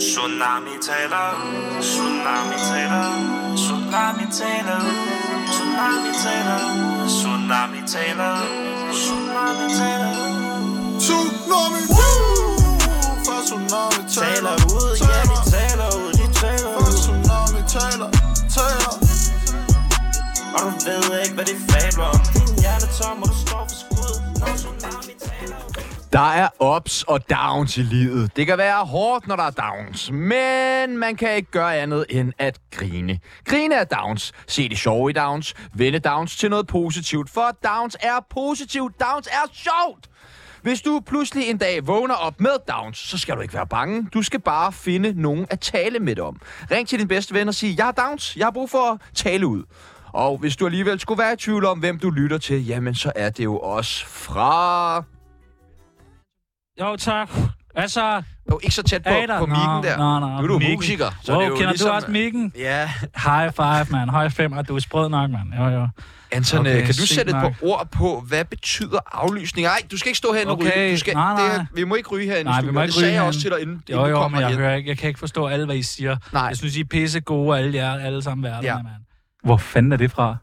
Tsunami taler, tsunami taler, tsunami taler, tsunami taler, tsunami taler, tsunami taler. Tsunami Fra tsunami Taler ud, ja de taler ud, de taler Fra ud. tsunami taler Taler Og du ved ikke, hvad de fabler om. Din hjerne er tom, og du står for skud, når tsunami taler ud. Der er ups og downs i livet. Det kan være hårdt, når der er downs, men man kan ikke gøre andet end at grine. Grine af downs, se det sjove i downs, vende downs til noget positivt, for downs er positivt, downs er sjovt! Hvis du pludselig en dag vågner op med Downs, så skal du ikke være bange. Du skal bare finde nogen at tale med dig om. Ring til din bedste ven og sig, jeg har Downs, jeg har brug for at tale ud. Og hvis du alligevel skulle være i tvivl om, hvem du lytter til, jamen så er det jo også fra... Jo, tak. Altså, Jo, ikke så tæt på, Ada. på mikken der. Nå, nå, nå. Nu er du Mikken. musiker, så wow, det er jo kender ligesom... du også mikken? Ja, High five, mand. High five, og du er sprød nok, mand. Jo, jo. Anton, Okay, okay, kan du sygt sætte et nok. par ord på, hvad betyder aflysning? Nej, du skal ikke stå herinde og Okay, ryge. Du skal, nej, Det her, nej. vi må ikke ryge herinde i Nej, vi studiet. må og ikke Det sagde ryge jeg også til dig, herinde. inden, Jo, inden du jo, kommer men jeg herind. hører ikke. Jeg kan ikke forstå alle, hvad I siger. Nej. Jeg synes, I er pisse gode, alle jer, alle sammen værter, Ja. ja. mand. Hvor fanden er det fra?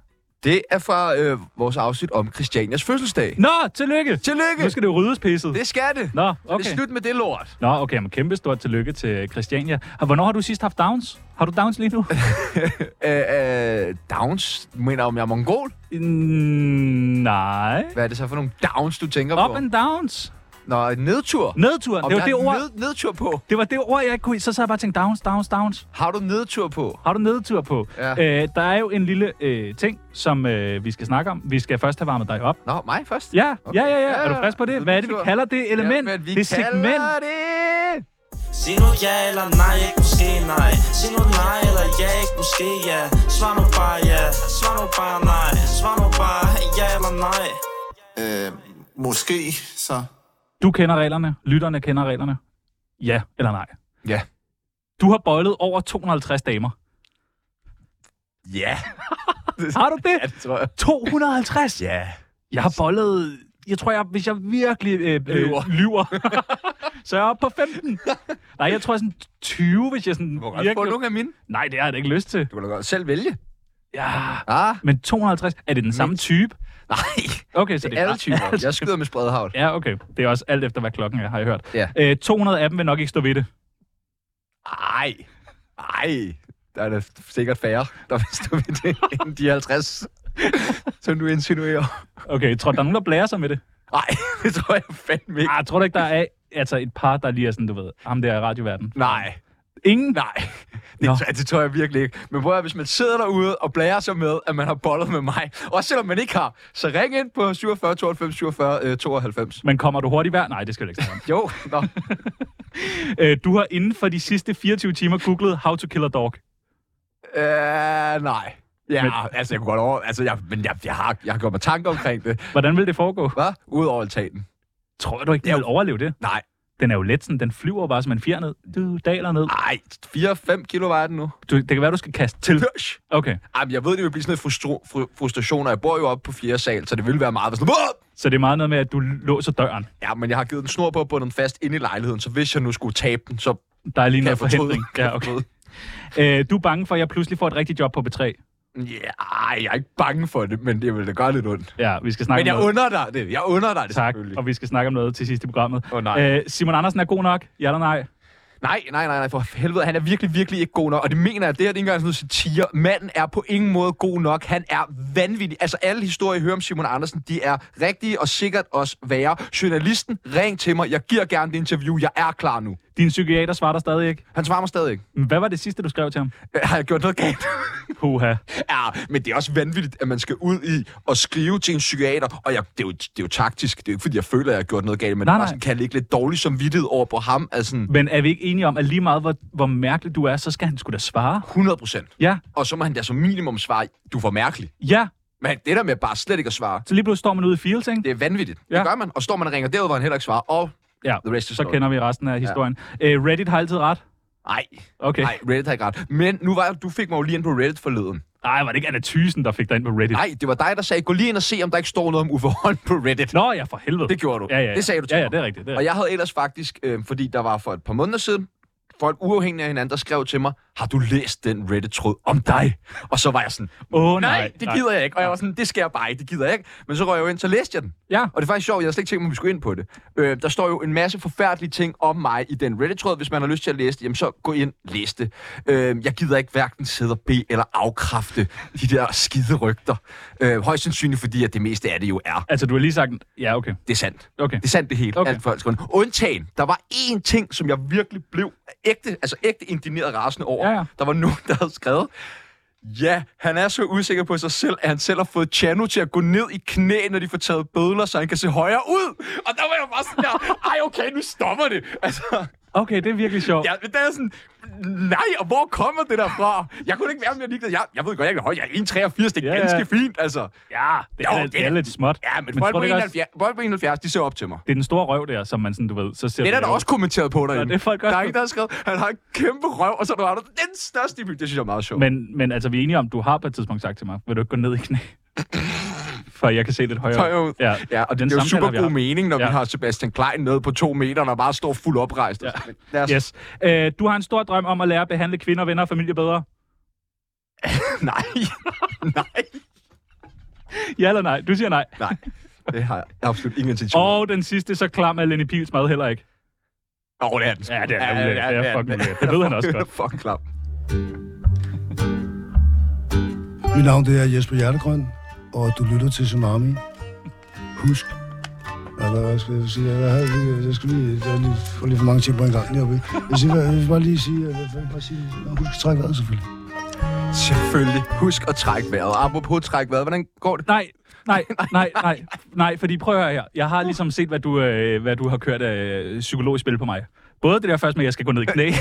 Det er fra øh, vores afsnit om Christianias fødselsdag. Nå, tillykke! Tillykke! Nu skal det jo ryddes pisset. Det skal det. Nå, Det okay. er slut med det lort. Nå, okay, men kæmpe stort tillykke til Christiania. Og Hvornår har du sidst haft downs? Har du downs lige nu? Øh, øh, downs, mener om jeg er mongol? mm, nej. Hvad er det så for nogle downs, du tænker Up på? and downs. Nå, en nedtur. Nedtur. Om det var der det er ord. Ned, nedtur på. Det var det ord, jeg ikke kunne... Så sad jeg bare og tænkte, downs, downs, downs. Har du nedtur på? Har du nedtur på? Ja. Øh, der er jo en lille øh, ting, som øh, vi skal snakke om. Vi skal først have varmet dig op. Nå, mig først. Ja, Okay. okay. ja, ja, ja. Ja, Er du ja. frisk på det? Hvad er det, vi Nedtur. kalder det element? men vi det segment. kalder det... Sig nu ja eller nej, ikke måske nej Sig nu nej eller ja, ikke måske ja Svar nu bare ja, svar nu bare nej Svar nu bare ja eller nej Øh, måske så Du kender reglerne. Lytterne kender reglerne. Ja eller nej? Ja. Du har bøjlet over 250 damer. Ja. Har du det? ja, det tror jeg. 250? Ja. Jeg har bollet... Jeg tror, jeg, hvis jeg virkelig øh, øh, Lyver. lyver, lyver så er jeg oppe på 15. Nej, jeg tror sådan 20, hvis jeg sådan Du må godt få nogle af mine. Nej, det har jeg da ikke lyst til. Du kan da godt selv vælge. Ja, Ah, men 250, er det den samme type? nej. Okay, så Det det er alle typer. Jeg skyder med spredhavl. Ja, okay. Det er også alt efter, hvad klokken er, har jeg hørt. Ja. Øh, 200 af dem vil nok ikke stå ved det. Ej. Ej. Der er da sikkert færre, der vil stå ved det, end de 50, som du insinuerer. Okay, tror du, der er nogen, der blærer sig med det? Nej, det tror jeg fandme ikke. Ah, tror du ikke, der er altså et par, der lige er sådan, du ved, ham der i radioverdenen? Nej. Ingen? Nej, det, Nå. tror- det tror jeg virkelig ikke. Men prøv at, høre, hvis man sidder derude og blærer sig med, at man har bollet med mig, også selvom man ikke har, så ring ind på 47 92 47 øh, 92. Men kommer du hurtigt hver? Nej, det skal du ikke sige. Jo, nå. Øh, du har inden for de sidste 24 timer googlet How to kill a dog. Øh, nej. Ja, men, Men- altså, jeg kunne godt over... Altså, jeg, men jeg, jeg, har, jeg har gjort mig tanker omkring det. Hvordan vil det foregå? Hvad? Ud over altanen. Tror du ikke, den vil overleve det? Nej, Den er jo let sådan, den flyver bare som en fjer ned. Du daler ned. nej. 4-5 kilo vejer den nu. Du, det kan være, du skal kaste til. Løs! Okay, Jamen, jeg ved, det vil blive sådan noget frustru- fru- frustration, og jeg bor jo oppe på 4. sal, så det ville være meget sådan... "Åh!" så det er meget noget med, at du låser døren. Ja, men jeg har givet den snor på og bundet den fast inde i lejligheden, så hvis jeg nu skulle tabe den, så Der er lige kan jeg noget fortryde. forhindring. Kan jeg Ja, okay. fortryde. Øh, du er bange for, at jeg pludselig får et rigtigt job på B3. Ja, ej, jeg er ikke bange for det, men det vil da gøre lidt ondt. Ja, vi skal snakke Men jeg om noget. under dig det. Jeg under dig det, Tak, selvfølgelig. og vi skal snakke om noget til sidst i programmet. Åh, nej. Øh, Simon Andersen er god nok, ja eller nej? Nej, nej, nej, nej, for helvede, han er virkelig, virkelig ikke god nok, og det mener jeg, det her det er ikke engang sådan noget satire. Manden er på ingen måde god nok, han er vanvittig. Altså, alle historier, jeg hører om Simon Andersen, de er rigtige og sikkert også værre. Journalisten, ring til mig, jeg giver gerne det interview, jeg er klar nu. Din psykiater svarer dig stadig ikke. Han svarer mig stadig ikke. Men Hvad var det sidste, du skrev til ham? Øh, Har jeg gjort noget galt? Huha. ja, men det er også vanvittigt, at man skal ud i og skrive til en psykiater, og jeg, det, er jo, det er jo taktisk, det er jo ikke, fordi jeg føler, at jeg har gjort noget galt, men Nej, det er bare nej. sådan, kan jeg ligge lidt dårlig samvittighed over på ham, altså sådan Men er vi ikke enige om, at lige meget hvor, hvor mærkelig du er, så skal han sgu da svare? 100 procent. Ja, Og så må han da som minimum svare, du var mærkelig. ja. Men det der med bare slet ikke at svare, Så lige pludselig står man ude i fields, ikke? det er vanvittigt. Ja. Ja. Det gør man, og står man og ringer derud, hvor han heller ikke svarer, og Ja, the rest is så known. kender vi resten af historien. Ja. Øh, Reddit har altid ret. Nej, Okay. nej, Reddit har ikke ret. Men nu var du fik mig jo lige ind på Reddit forleden. Nej, var det ikke Anna Thysen, der fik dig ind på Reddit? Nej, det var dig, der sagde, gå lige ind og se, om der ikke står noget om Uffe Holm på Reddit. Nå ja, for helvede. Det gjorde du. Ja, ja, ja. Det sagde du til Ja, ja, mig. det er rigtigt. Det er Og jeg havde ellers faktisk, øh, fordi der var for et par måneder siden, folk uafhængige af hinanden, der skrev til mig, har du læst den Reddit-tråd om dig? Og så var jeg sådan, Åh, nej, nej, det nej. gider jeg ikke. Og jeg var sådan, det skal jeg bare ikke, det gider jeg ikke. Men så røg jeg jo ind, så læste jeg den. Ja. Og det er faktisk sjovt, jeg havde slet ikke tænkt mig, at vi skulle ind på det. Øh, der står jo en masse forfærdelige ting om mig i den Reddit-tråd. Hvis man har lyst til at læse det, jamen så gå ind og læs det. Øh, jeg gider ikke hverken sidde og bede eller afkræfte de der skide rygter. Øh, højst sandsynligt, fordi at det meste af det jo er. Altså, du har lige sagt... Ja, okay. Det er sandt. Okay. Det er sandt det hele. Okay. Okay. Alt folk skriver. Undtagen, der var én ting, som jeg virkelig blev ægte, altså ægte indineret rasende over. Ja, ja. Der var nogen, der havde skrevet, Ja, han er så usikker på sig selv, at han selv har fået Chano til at gå ned i knæ, når de får taget bødler, så han kan se højere ud. Og der var jeg bare sådan der, ej okay, nu stopper det. Altså, Okay, det er virkelig sjovt. Ja, men det er sådan, nej, og hvor kommer det der fra? Jeg kunne ikke være mere ligeglad. Jeg, jeg ved godt, jeg kan højt. Jeg er 1,83, det er Ja, ja. ganske fint, altså. ja det, Jo, er, det er lidt småt. Ja, men, tror folk, du på ikke også- 71, folk på 71, de ser op til mig. Det er den store røv der, som man sådan, du ved, så ser Det er du der da også kommenteret på derinde. det er folk også der er på. ikke, der har skrevet, han har en kæmpe røv, og så er der andre, den største i byen. Det synes jeg er meget sjovt. Men, men altså, vi er enige om, du har på et tidspunkt sagt til mig, vil du ikke gå ned i knæ? For jeg kan se lidt højere. Højere ud. øh, Ja, ja, og den det er jo samtale har super vi god haft. mening, når ja. Ja. vi har Sebastian Klein nede på to meter, og bare står fuld oprejst. Ja. Lad os, yes. Yes. Øh, du har en stor drøm om at lære at behandle kvinder, venner og familie bedre. Nej, nej, Ja eller nej? Du siger nej. nej. Det har jeg absolut ingen intention om. Og den sidste, så klam er Lenny Pils mad heller ikke. Åh, det er den. sgu. Ja, det er ulækkert. Det er den. fucking ulækkert. Det ved han også godt. Fuck klap. Mit navn det er Jesper Hjertegrøn, og du lytter til Tsunami. Husk. Ja, hvad hvad skal jeg sige? Jeg, havde lige, jeg skal lige, jeg har lige, får lige for mange ting på en gang heroppe. ikke? Jeg, siger, hvad- jeg vil bare lige sige, at- hvad fanden bare sige, Nå, husk at trække vejret selvfølgelig. Selvfølgelig. Husk at trække vejret. Apropos trække vejret, hvordan går det? Nej, nej, nej, nej, nej, fordi prøv at høre her. Jeg har ligesom set, hvad du, øh, hvad du har kørt af øh, psykologisk spil på mig. Både det der først med, at jeg skal gå ned i knæ,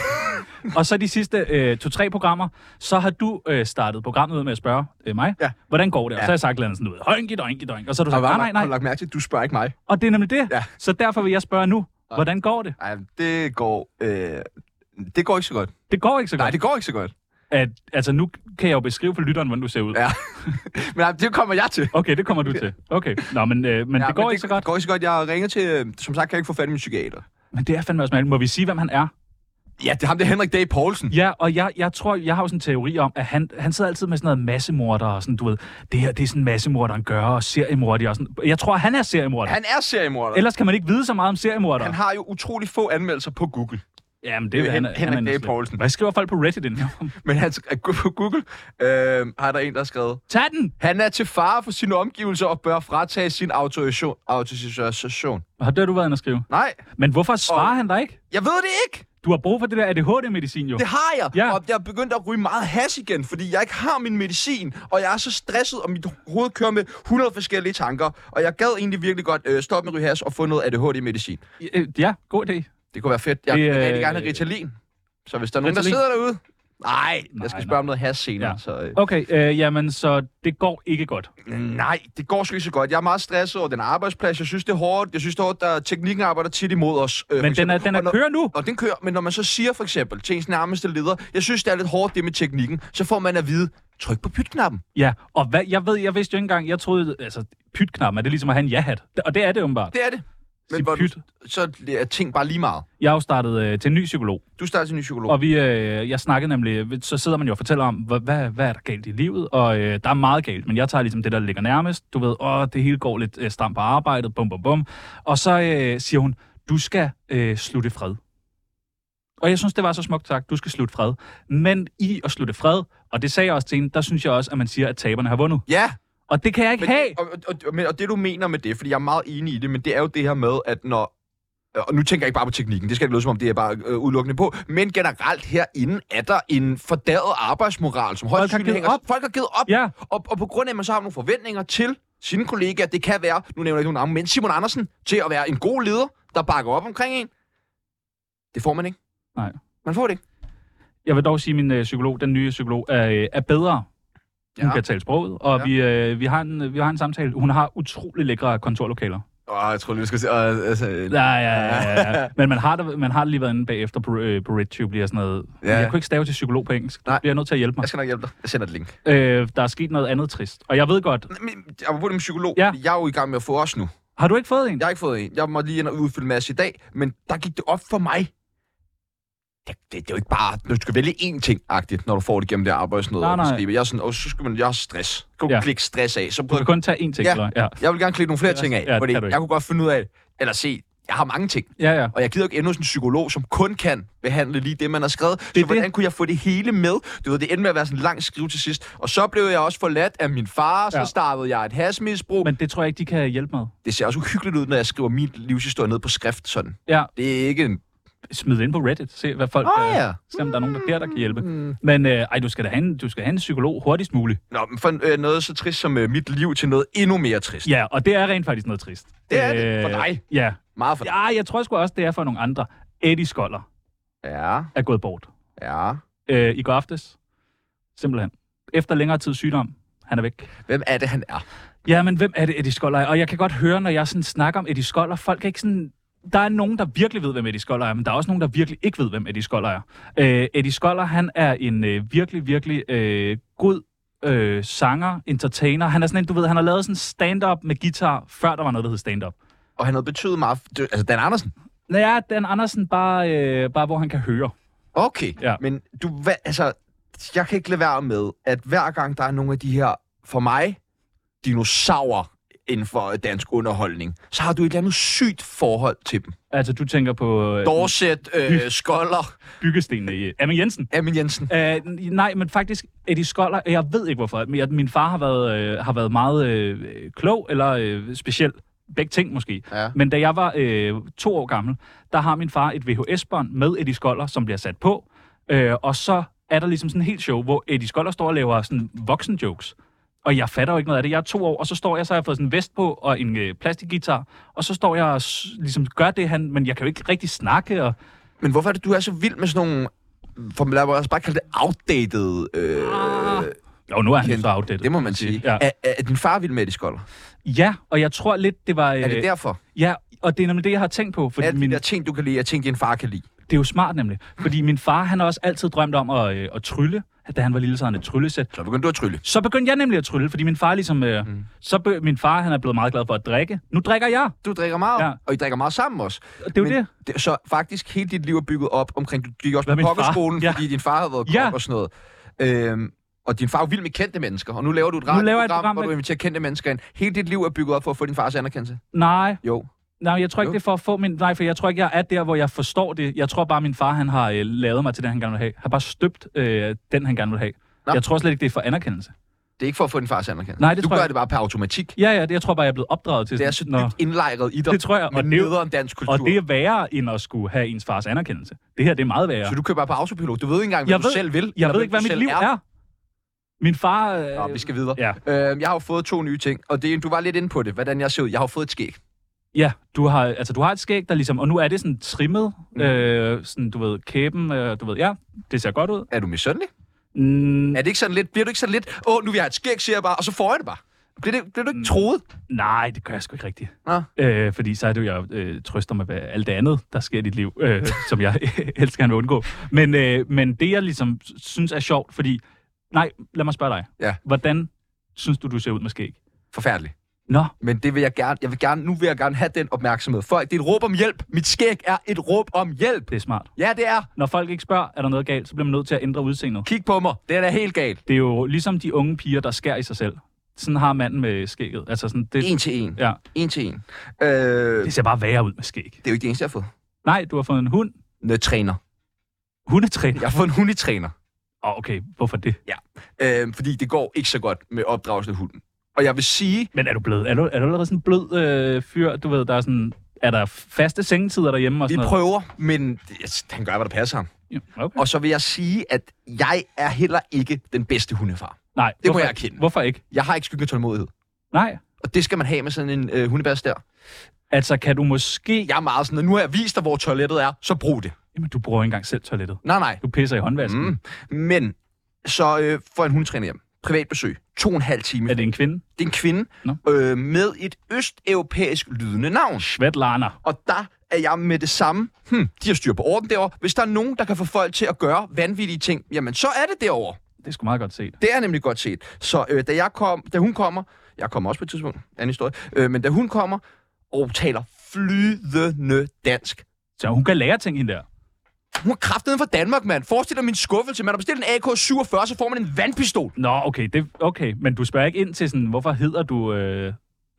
og så de sidste øh, to-tre programmer, så har du øh, startet programmet ud med at spørge øh, mig, Ja. hvordan går det? Og Ja. så har jeg sagt et eller andet sådan ud, højnki, døjnki, døjnki, og så har du Og sagt, hvad- nej, Har nej, du nej, lagt mærke til, at du spørger ikke mig? og det er nemlig det. Ja. Så derfor vil jeg spørge nu, hvordan går det? Nej, det går... Øh, det går ikke så godt. Det går ikke så godt. Nej, det går ikke så godt. At, altså, nu kan jeg jo beskrive for lytteren, hvordan du ser ud. Ja. men nej, det kommer jeg til. Okay, det kommer du til. Okay, Nå, men, øh, men ja, det går men ikke det, så godt. Det går ikke så godt. Jeg ringer til... øh, Som sagt, kan jeg ikke få fat i min psykiater. Men det er fandme også mærkeligt. Må vi sige, hvem han er? Ja, det er ham, det er Henrik Dag Poulsen. Ja, og jeg, jeg tror, jeg har jo sådan en teori om, at han, han sidder altid med sådan noget massemorder og sådan, du ved, det her, det er sådan massemorderen gør, og seriemorder og sådan. Jeg tror, han er seriemorder. Han... Han er seriemorder. Ellers kan man ikke vide så meget om seriemorder. Han har jo utrolig få anmeldelser på Google. Jamen, det er jo Hen- han, Henrik han er Dage en slem. Poulsen. Hvad skriver folk på Reddit inden? Men han, på Google øh, har der en, der har skrevet, Tag den! han er til fare for sine omgivelser og bør fratage sin autorisation. autorisation. Og det har du været inde at skrive. Nej, Men hvorfor svarer Og- han dig ikke? jeg ved det ikke. Du har brug for det der ADHD-medicin, jo. Det har jeg. Ja. Ja. Og jeg er begyndt at ryge meget hash igen, fordi jeg ikke har min medicin, og jeg er så stresset, og mit hoved kører med 100 forskellige tanker. Og jeg gad egentlig virkelig godt øh, stoppe med at ryge hash og få noget ADHD-medicin. Øh, Ja, god idé. Det kunne være fedt. Jeg Det, vil øh, rigtig gerne have Ritalin. Så hvis der er nogen, Ritalin? der sidder derude... Nej, Nej, jeg skal nej. spørge om noget hash senere. Ja. Ja. Så, øh, Okay, øh, jamen, så det går ikke godt. Nej, det går sgu ikke så godt. Jeg er meget stresset over den arbejdsplads. Jeg synes, det er hårdt. Jeg synes, det er hårdt, der teknikken arbejder tit imod os. Øh, for Men den er, eksempel. den er Og når- kører nu. Og den kører, men når man så siger for eksempel til ens nærmeste leder, jeg synes, det er lidt hårdt det med teknikken, så får man at vide, tryk på pytknappen. Ja, og hvad, jeg ved, jeg vidste jo ikke engang, jeg troede, altså, pytknappen, er det ligesom at have en ja-hat? Og det er det åbenbart. Det er det. Sig Men hvor, pyt. så er ting bare lige meget. Jeg er jo startet øh, til en ny psykolog, Du starter til en ny psykolog. og vi, øh, jeg snakkede nemlig, så sidder man jo og fortæller om, hvad, hvad, hvad er der galt i livet, og øh, der er meget galt, men jeg tager ligesom det, der ligger nærmest. Du ved, åh, det hele går lidt øh, stramt på arbejdet, bum bum bum. Og så øh, siger hun, du skal øh, slutte fred. Og jeg synes, det var så smukt sagt, du skal slutte fred. Men i at slutte fred, og det sagde jeg også til hende, der synes jeg også, at man siger, at taberne har vundet. Ja, Og det kan jeg ikke men, have! og, og, og, men- og det du mener med det, fordi jeg er meget enig i det, men det er jo det her med, at når og nu tænker jeg ikke bare på teknikken, det skal ikke lyde som om, det er bare øh, udelukkende på, men generelt herinde er der en fordavet arbejdsmoral, som højst Folk har sandsynligt givet hænger- op. Folk har givet op. Ja. Og, og på grund af, at man så har nogle forventninger til sine kollegaer, det kan være, nu nævner jeg ikke nogen navn, men Simon Andersen, til at være en god leder, der bakker op omkring en. Det får man ikke. Nej. Man får det ikke. Jeg vil dog sige, at min øh, psykolog, den nye psykolog, er, øh, er bedre. Hun Ja. kan tale sproget, og ja. Ja. vi, øh, vi, har en, vi har en samtale. Hun har utrolig lækre kontorlokaler. Åh, jeg tror lige, du skal sige... Øh, altså, øh, Ja, ja, ja. ja. Men man har, da, man har lige været inde bagefter på, øh, på RedTube lige og sådan noget. Ja. Ja. Jeg kunne ikke stave til psykolog på engelsk. Du Nej. bliver nødt til at hjælpe mig. Jeg skal nok hjælpe dig. Jeg sender et link. Øh, der er sket noget andet trist. Og jeg ved godt, Men, apropos det med psykolog, Ja. ja. jeg er jo i gang med at få os nu. har du ikke fået en? Jeg har ikke fået en. Jeg måtte lige ind og udfylde en masse i dag, men der gik det op for mig, det, det, det er jo ikke bare, du skal vælge én ting-agtigt, når du får det gennem det arbejde. Sådan noget, Nej, nej. Stribe. Jeg er sådan, åh, så skal man, jeg har stress. Kan du Ja. ja. klikke stress af? Så Du prøver kan kun tage én ting, Ja. eller? Ja. jeg vil gerne klikke nogle flere ting af, ja, det fordi kan du ikke. jeg kunne godt finde ud af, eller se, jeg har mange ting. ja, ja. Og jeg gider jo ikke endnu sådan en psykolog, som kun kan behandle lige det, man har skrevet. Det så det. hvordan kunne jeg få det hele med? Du ved, det endte med at være sådan en lang skrive til sidst. Og så blev jeg også forladt af min far, så Ja. ja. startede jeg et hasmisbrug. Men... Men det tror jeg ikke, de kan hjælpe med. Det ser også uhyggeligt ud, når jeg skriver min livshistorie ned på skrift sådan. Ja, Det er ikke en... smid det ind på Reddit. Se, hvad folk... Åh, øh, ja. Mm. Se, om der er nogen, der der, der kan hjælpe. Men øh, ej, du skal da have en, du skal have en psykolog hurtigst muligt. Nå, men for øh, noget så trist som øh, mit liv til noget endnu mere trist. Ja, og det er rent faktisk noget trist. Øh, Det er det. For dig. Ja. Meget for dig. ja, jeg tror sgu også, det er for nogle andre. Eddie Skoller Ja, er gået bort ja. øh, i går aftes. Simpelthen. Efter længere tid sygdom. Han er væk. Hvem er det, han er? Ja, men hvem er det, Eddie Skoller er? Og jeg kan godt høre, når jeg sådan snakker om Eddie Skoller, folk er ikke sådan... Der er nogen, der virkelig ved, hvem Eddie Skoller er, men der er også nogen, der virkelig ikke ved, hvem Eddie Skoller er. Øh, Eddie Skoller, han er en øh, virkelig, virkelig øh, god øh, sanger, entertainer. Han er sådan en, du ved, han har lavet sådan stand-up med guitar, før der var noget, der hed stand-up. Og han havde betydet meget... f- det- Altså, Dan Andersen. Nå ja, Dan Andersen, bare, øh, bare hvor han kan høre. Okay, Ja. ja. men du, hva, altså, jeg kan ikke lade være med, at hver gang der er nogle af de her, for mig, dinosaurer inden for dansk underholdning, så har du et eller andet sygt forhold til dem. Altså, du tænker på øh, Dorset, øh, Skoller, byggestenene i... Amin Jensen. Amin Jensen. Uh, nej, men faktisk Eddie Skoller, jeg ved ikke hvorfor, men jeg, min far har været, øh, har været meget øh, klog eller øh, speciel. Begge ting måske. Ja. Men da jeg var øh, to år gammel, der har min far et VHS-bånd med Eddie Skoller, som bliver sat på. Øh, og så er der ligesom sådan en helt show, hvor Eddie Skoller står og laver sådan voksenjokes. Og jeg fatter jo ikke noget af det. Jeg er to år, og så står jeg, så har jeg fået sådan en vest på og en øh, plastikguitar. Og så står jeg og s- ligesom gør det, han, men jeg kan jo ikke rigtig snakke. Og, Men hvorfor er det, du er så vild med sådan nogle, for lad mig også bare kalde det outdated... Øh, jo, nu er han kendt- så outdated. det må man sige. Ah. Ja. Ja. Er, er, er din far vild med de Skoller? Ja, og jeg tror lidt, det var... øh, Er det derfor? Ja, og det er nemlig det, jeg har tænkt på, fordi Er det, min, det de der ting, du kan lide, og ting, din far kan lide? det er jo smart nemlig. Fordi min far, han har også altid drømt om at, øh, at trylle, da han var lille, så havde han et tryllesæt. Så begyndte du at trylle. Så begyndte jeg nemlig at trylle, fordi min far ligesom... Øh, mm. Så be, min far, han er blevet meget glad for at drikke. Nu drikker jeg! Du drikker meget, Ja. ja. og I drikker meget sammen også. Og det er jo Men det. det. Så faktisk hele dit liv er bygget op omkring, du gik også Hvad Hvad med på min far? pokkerskolen, Ja. ja. fordi din far havde været kok Ja. og sådan noget. Øhm, og din far er jo vild med kendte mennesker, og nu laver du et radioprogram, laver jeg et program, hvor der- du inviterer kendte mennesker ind. Hele dit liv er bygget op for at få din fars anerkendelse. Nej, Jo. nej, jeg tror ikke, Jo. det er for at få min... Nej, for jeg tror ikke, jeg er der, hvor jeg forstår det. Jeg tror bare, min far, han har øh, lavet mig til den, han gerne vil have. Han har bare støbt øh, den, han gerne vil have. Nå. Jeg tror slet ikke, det er for anerkendelse. Det er ikke for at få din fars anerkendelse. Nej, det du tror gør jeg- det bare per automatik. Ja, ja, det, jeg tror bare, jeg er blevet opdraget til Det er så sådan, "Nå." dybt indlejret i dig. Det tror jeg, og og det er jo- det om dansk kultur. Og det er værre, end at skulle have ens fars anerkendelse. Det her, det er meget værre. Så du kører bare på autopilot. Du ved ikke engang, hvad jeg du ved, selv vil. eller Jeg ved hvem ikke, hvad du mit selv liv er. er. Min far... Øh, Nå, vi skal videre. Ja. Øhm, jeg har jo fået to nye ting, og det, du var lidt inde på det, hvordan jeg ser ud. Jeg har jo fået et skæg. ja, du har, altså, du har et skæg, der ligesom... Og nu er det sådan trimmet, mm. øh, sådan, du ved, kæben, øh, du ved, ja, det ser godt ud. Er du misundelig? Mm, Er det ikke sådan lidt, bliver du ikke sådan lidt, åh, nu vil jeg have et skæg, siger jeg bare, og så får jeg det bare. Bliver, det, bliver du ikke troet? nej, det gør jeg sgu ikke rigtigt. Nå. Øh, fordi så er det jo, jeg øh, trøster mig ved alt det andet, der sker i dit liv, øh, som jeg helst gerne vil undgå. Men, øh, men det, jeg ligesom synes er sjovt, fordi... Nej, lad mig spørge dig. Ja. Hvordan synes du, du ser ud med skæg? Forfærdeligt. Nå, Men det vil jeg gerne, jeg vil gerne, nu vil jeg gerne have den opmærksomhed. Folk, det er et råb om hjælp. Mit skæg er et råb om hjælp. det er smart. Ja, det er. Når folk ikke spørger, er der noget galt, så bliver man nødt til at ændre udseendet. Kig på mig. Det er da helt galt. Det er jo ligesom de unge piger, der skærer i sig selv. Sådan har manden med skægget. Altså sådan, det, En til en. ja, En til en. Øh, det ser bare værre ud med skæg. det er jo ikke det eneste, jeg har fået. Nej, du har fået en hund. Noget træner. Hundetræner. Jeg har fået en hundetræner. Åh, oh, okay, hvorfor det? Øh, fordi det går ikke så godt med opdragelsen af hunden. Og jeg vil sige, Men er du blevet, er du, er du allerede sådan en blød øh, fyr? Du ved, der er sådan, er der faste sengetider derhjemme og vi sådan noget? prøver, men det- han gør, hvad der passer ham. Ja, okay. Og så vil jeg sige, at jeg er heller ikke den bedste hundefar. Nej, må hvorfor, jeg erkende. Hvorfor ikke? Jeg har ikke skyggen af tålmodighed. Nej. Og det skal man have med sådan en øh, hundebas der. Altså, kan du måske... Jeg er meget sådan, at nu har jeg vist dig, hvor toilettet er, så brug det. Jamen, du bruger ikke engang selv toilettet. Nej, nej. Du pisser i håndvasken. Mm. Mm. Men så øh, får jeg en hundetræner hjem. Privat besøg. To og en halv time. Er det en kvinde? det er en kvinde Nå. øh, med et østeuropæisk lydende navn. Svetlana. Og der er jeg med det samme. Hm, de har styr på orden derovre. Hvis der er nogen, der kan få folk til at gøre vanvittige ting, jamen så er det derovre. Det er sgu meget godt set. Det er nemlig godt set. Så øh, da, jeg kom, da hun kommer, jeg kommer også på et tidspunkt, anden historie, øh, men da hun kommer og taler flydende dansk, Så hun kan lære ting, hende der. Hun er kraftedet fra Danmark, mand. Forestil dig min skuffelse. Man har bestilt en AK-47, så får man en vandpistol. Nå, okay, det, okay, men du spørger ikke ind til sådan, hvorfor hedder du øh,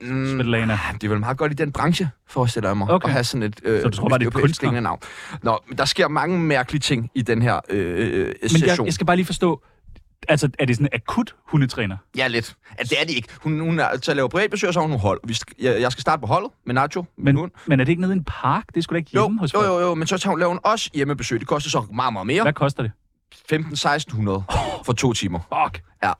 Mm, Svetlana? ah, det er vel meget godt i den branche, forestiller jeg mig. Okay. At have sådan et... Øh, Så du tror bare, det er østeuropæisk kunstner? klingende navn. Nå, men der sker mange mærkelige ting i den her øh, øh, Men jeg, session. jeg skal bare lige forstå, altså er det sådan en akut hundetræner? Ja, lidt. Ja, det er de ikke. Hun, hun er, så laver privatbesøg, og så har hun nogle hold. Vi skal, jeg, jeg skal starte på holdet med Nacho, min Men, hund. men er det ikke nede i en park? Det er sgu da ikke Jo, hjemme hos jo, folk. jo, jo, men så tager hun, laver hun også hjemmebesøg. Det koster så meget, meget mere. Hvad koster det? 15-1600 for to timer. Fuck! Ja.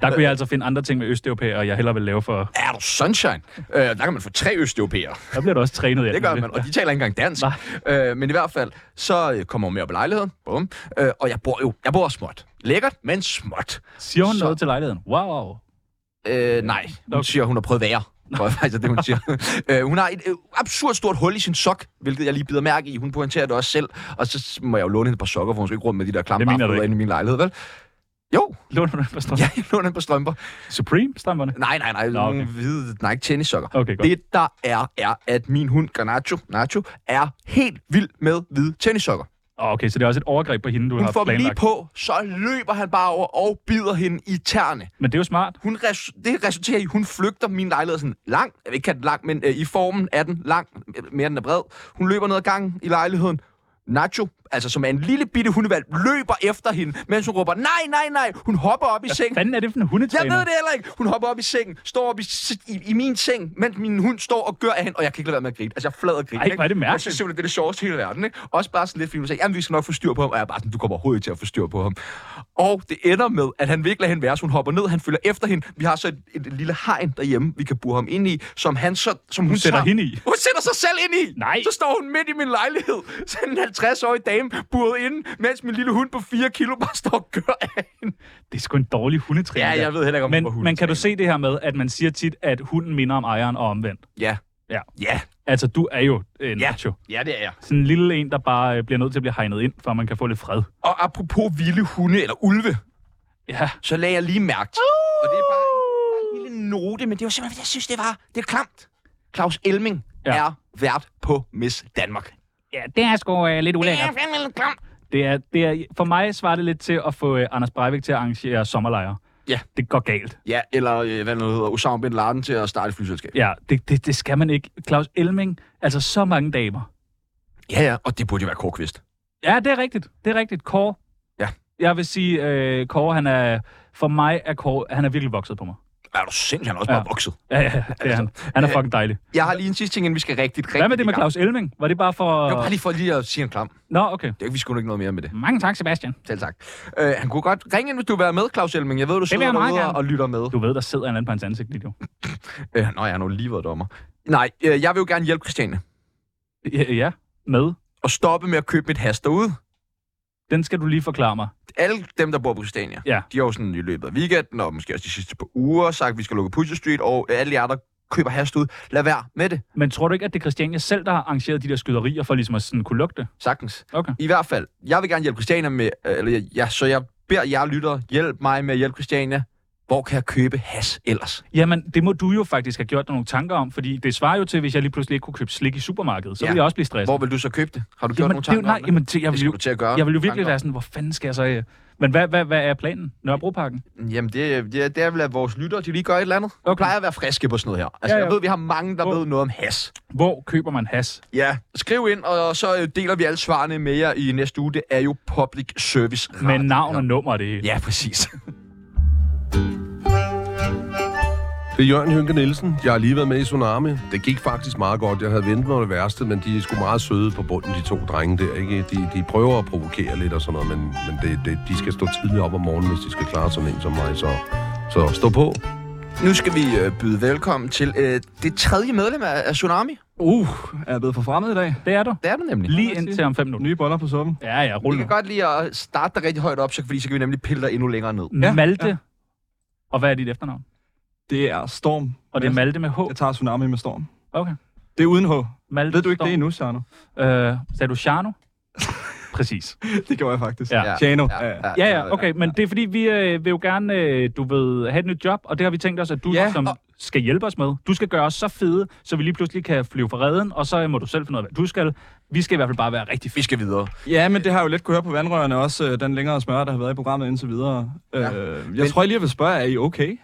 Der kunne jeg altså finde andre ting med østeuropæere, og jeg hellere vil lave for... Er du sunshine? Øh, der kan man få tre østeuropæere. Der bliver du også trænet. Det gør man, og de taler ikke engang dansk. Øh, men i hvert fald, så øh, kommer hun med op i lejligheden. Bum. Øh, og jeg bor jo jeg bor småt. Lækkert, men småt. Siger hun Så- noget til lejligheden? Wow. Øh, nej, hun Okay. okay. siger, hun har prøvet værre. Tror jeg faktisk, er altså, det, hun siger. øh, hun har et øh, absurd stort hul i sin sok, hvilket jeg lige bider mærke i. Hun pointerer det også selv. Og så må jeg jo låne hende et par sokker, for hun skal ikke rundt med de der klamme Det mener du barfødder ikke. inde i min lejlighed, vel? Jo, Låner du på ja, jeg låner hende et par strømper. Supreme-stamperne? Nej, nej, nej. Nå, okay. Nogle hvide Nike tennissokker. Okay, godt. Det, der er, er, at min hund, Garnacho, Nacho, er helt vild med hvide tennissokker. Åh, Okay, så det er også et overgreb på hende, du har Hun får dem lige planlagt. på, så løber han bare over og bider hende i tærne. Men det er jo smart. Hun res- det resulterer i, at hun flygter min lejlighed sådan lang. Jeg vil ikke kalde den lang, men øh, i formen er den lang. øh, Mere end den er bred. Hun løber ned ad gangen i lejligheden. Nacho, altså som er en lille bitte hundevalg, løber efter hende, mens hun råber, nej, nej, nej. Hun hopper op i sengen. Fanden er det for en Jeg hundetræner? ved det heller ikke. Hun hopper op i sengen, står op i, s- i, i min seng, mens min hund står og gør af hende, og jeg kan ikke lade være med at grine. Altså, jeg flader grine. Ej, hvor er det mærkeligt. Jeg synes simpelthen, det er det sjoveste i hele verden, ikke? Også bare sådan lidt, fordi hun sagde, jamen, vi skal nok få styr på ham, og jeg er bare sådan, du kommer overhovedet ikke til at få styr på ham. Og det ender med, at han vil ikke lade hende være, så hun hopper ned, han følger efter hende. Vi har så et, et lille hegn derhjemme, vi kan bure ham ind i, som han så, som hun, sætter tager- hende i? Hun sætter sig selv ind i. Nej. Så står hun midt i min lejlighed, sådan en 50-årig dame buret inde, mens min lille hund på 4 kilo bare står og gør af hende. Det er sgu en dårlig hundetræner. Ja, jeg ved heller ikke, om hun var Men, men kan du se det her med, at man siger tit, at hunden minder om ejeren og omvendt? Ja. Ja. Ja, Altså, du er jo en Ja. macho. ja det er jeg. Sådan en lille en, der bare øh, bliver nødt til at blive hegnet ind, for at man kan få lidt fred. Og apropos vilde hunde eller ulve, Ja, så lagde jeg lige mærke til. Og det er bare en, bare en lille note, men det var simpelthen, fordi jeg synes, det var, det er klamt. Claus Elming Ja. ja. er vært på Miss Danmark. ja det er sgu øh, lidt ulækkert. Det er, det er, for mig svarer det lidt til at få øh, Anders Breivik til at arrangere sommerlejre. Ja. Det går galt. Ja, eller øh, hvad nu hedder, Osama Bin Laden til at starte et flyselskab. Ja, det, det, det skal man ikke. Claus Elming, altså så mange damer. Ja, ja, og det burde jo være Korkvist. Ja, det er rigtigt. Det er rigtigt. Kåre. Ja. Jeg vil sige, øh, Kåre, han er... For mig er Kåre, han er virkelig vokset på mig. Er du sindssygt, han er også Ja. bare vokset. Ja, ja, det Altså, er han. Han er øh, fucking dejlig. Jeg har lige en sidste ting, inden vi skal rigtigt, rigtigt Hvad med det i med gang. Claus Elming? Var det bare for... Det var bare lige for lige at sige en klam. Nå, okay. Det, vi skulle ikke noget mere med det. Mange tak, Sebastian. Selv tak. Øh, han kunne godt ringe ind, hvis du vil være med, Claus Elming. Jeg ved, du vil sidder jeg meget derude gerne. og- og lytter med. Du ved, der sidder en anden på hans ansigt lige nu. Øh, nå, jeg har nu lige været dommer. Nej, øh, jeg vil jo gerne hjælpe Christiane. Ja, ja, med. Og stoppe med at købe mit has derude. Den skal du lige forklare mig. Alle dem, der bor på Christiania, Ja. de har jo sådan i løbet af weekenden, og måske også de sidste par uger, sagt, at vi skal lukke Pusher Street, og øh, alle jer, der køber has derude, lad være med det, Men tror du ikke, at det er Christiania selv, der har arrangeret de der skyderier, for ligesom at sådan kunne lugte? sagtens. Okay. I hvert fald, jeg vil gerne hjælpe Christiania med, øh, eller ja, så jeg beder jer lyttere, hjælp mig med at hjælpe Christiania. Hvor kan jeg købe has Altså- ellers? Jamen, det må du jo faktisk have gjort dig nogle tanker om, fordi det svarer jo til, hvis jeg lige pludselig ikke kunne købe slik i supermarkedet, så ja. Ja. ville jeg også blive stresset. Hvor vil du så købe det? Har du gjort jamen, nogle det er jo- tanker nej, om det? jamen, til, jeg det vil skal jo, du til at gøre. jeg vil jo Tanker virkelig om. være sådan, hvor fanden skal jeg så... Øh? Men hvad, hvad, hvad er planen? Nørrebroparken? Jamen, det, det, er- det er vel, at vores lyttere, de lige gør et eller andet. Okay. Okay. Vi plejer at være friske på sådan noget her. Altså, Ja, ja, ja. ja. jeg ved, vi har mange, der Hvor- ved noget om has. Hvor køber man has? Ja. Skriv ind, og så øh, deler vi alle svarene med jer i næste uge. Det er jo public service. Med radio. navn og nummer, og det hele. Ja, præcis. Det er Jørgen Jynke Nielsen. Jeg har lige været med i Tsunami. Det gik faktisk meget godt. Jeg havde ventet mig det værste, men de er sgu meget søde på bunden, de to drenge der. Ikke? De, de prøver at provokere lidt og sådan noget, men, men det, det, de skal stå tidligt op om morgenen, hvis de skal klare sådan en som mig. Så, så stå på. nu skal vi øh, byde velkommen til øh, det tredje medlem af, af Tsunami. Uh, er jeg blevet forfremmet i dag. Det er du. Det er du nemlig. Lige indtil om fem minutter. Nye boller på suppen. Ja, ja, Vi rul nu. kan godt lide at starte dig rigtig højt op, så, fordi så kan vi nemlig pille dig endnu længere ned. Ja, Malte. ja. Og hvad er dit efternavn? Det er Storm. Og det er Malte med H. Jeg tager Tsunami med Storm. Okay. Det er uden H. Malte Ved du ikke det Storm. endnu, Tjerno? Øh, sagde du Shano? Præcis. Det gjorde jeg faktisk. Ja. Tjerno. Ja. Ja. Ja, ja, okay, men det er fordi, vi øh, vil jo gerne, øh, du ved, have et nyt job, og det har vi tænkt os, at du Ja, som, og- skal hjælpe os med. Du skal gøre os så fede, så vi lige pludselig kan flyve fra redden, og så øh, må du selv finde ud af, hvad du skal. Vi skal i hvert fald bare være rigtig Vi fisk. skal videre. Ja, men det har jeg jo lidt kunne høre på vandrørene også, øh, den længere smør, der har været i programmet indtil videre. Øh, jeg tror, jeg lige vil spørge, er I okay? Nej,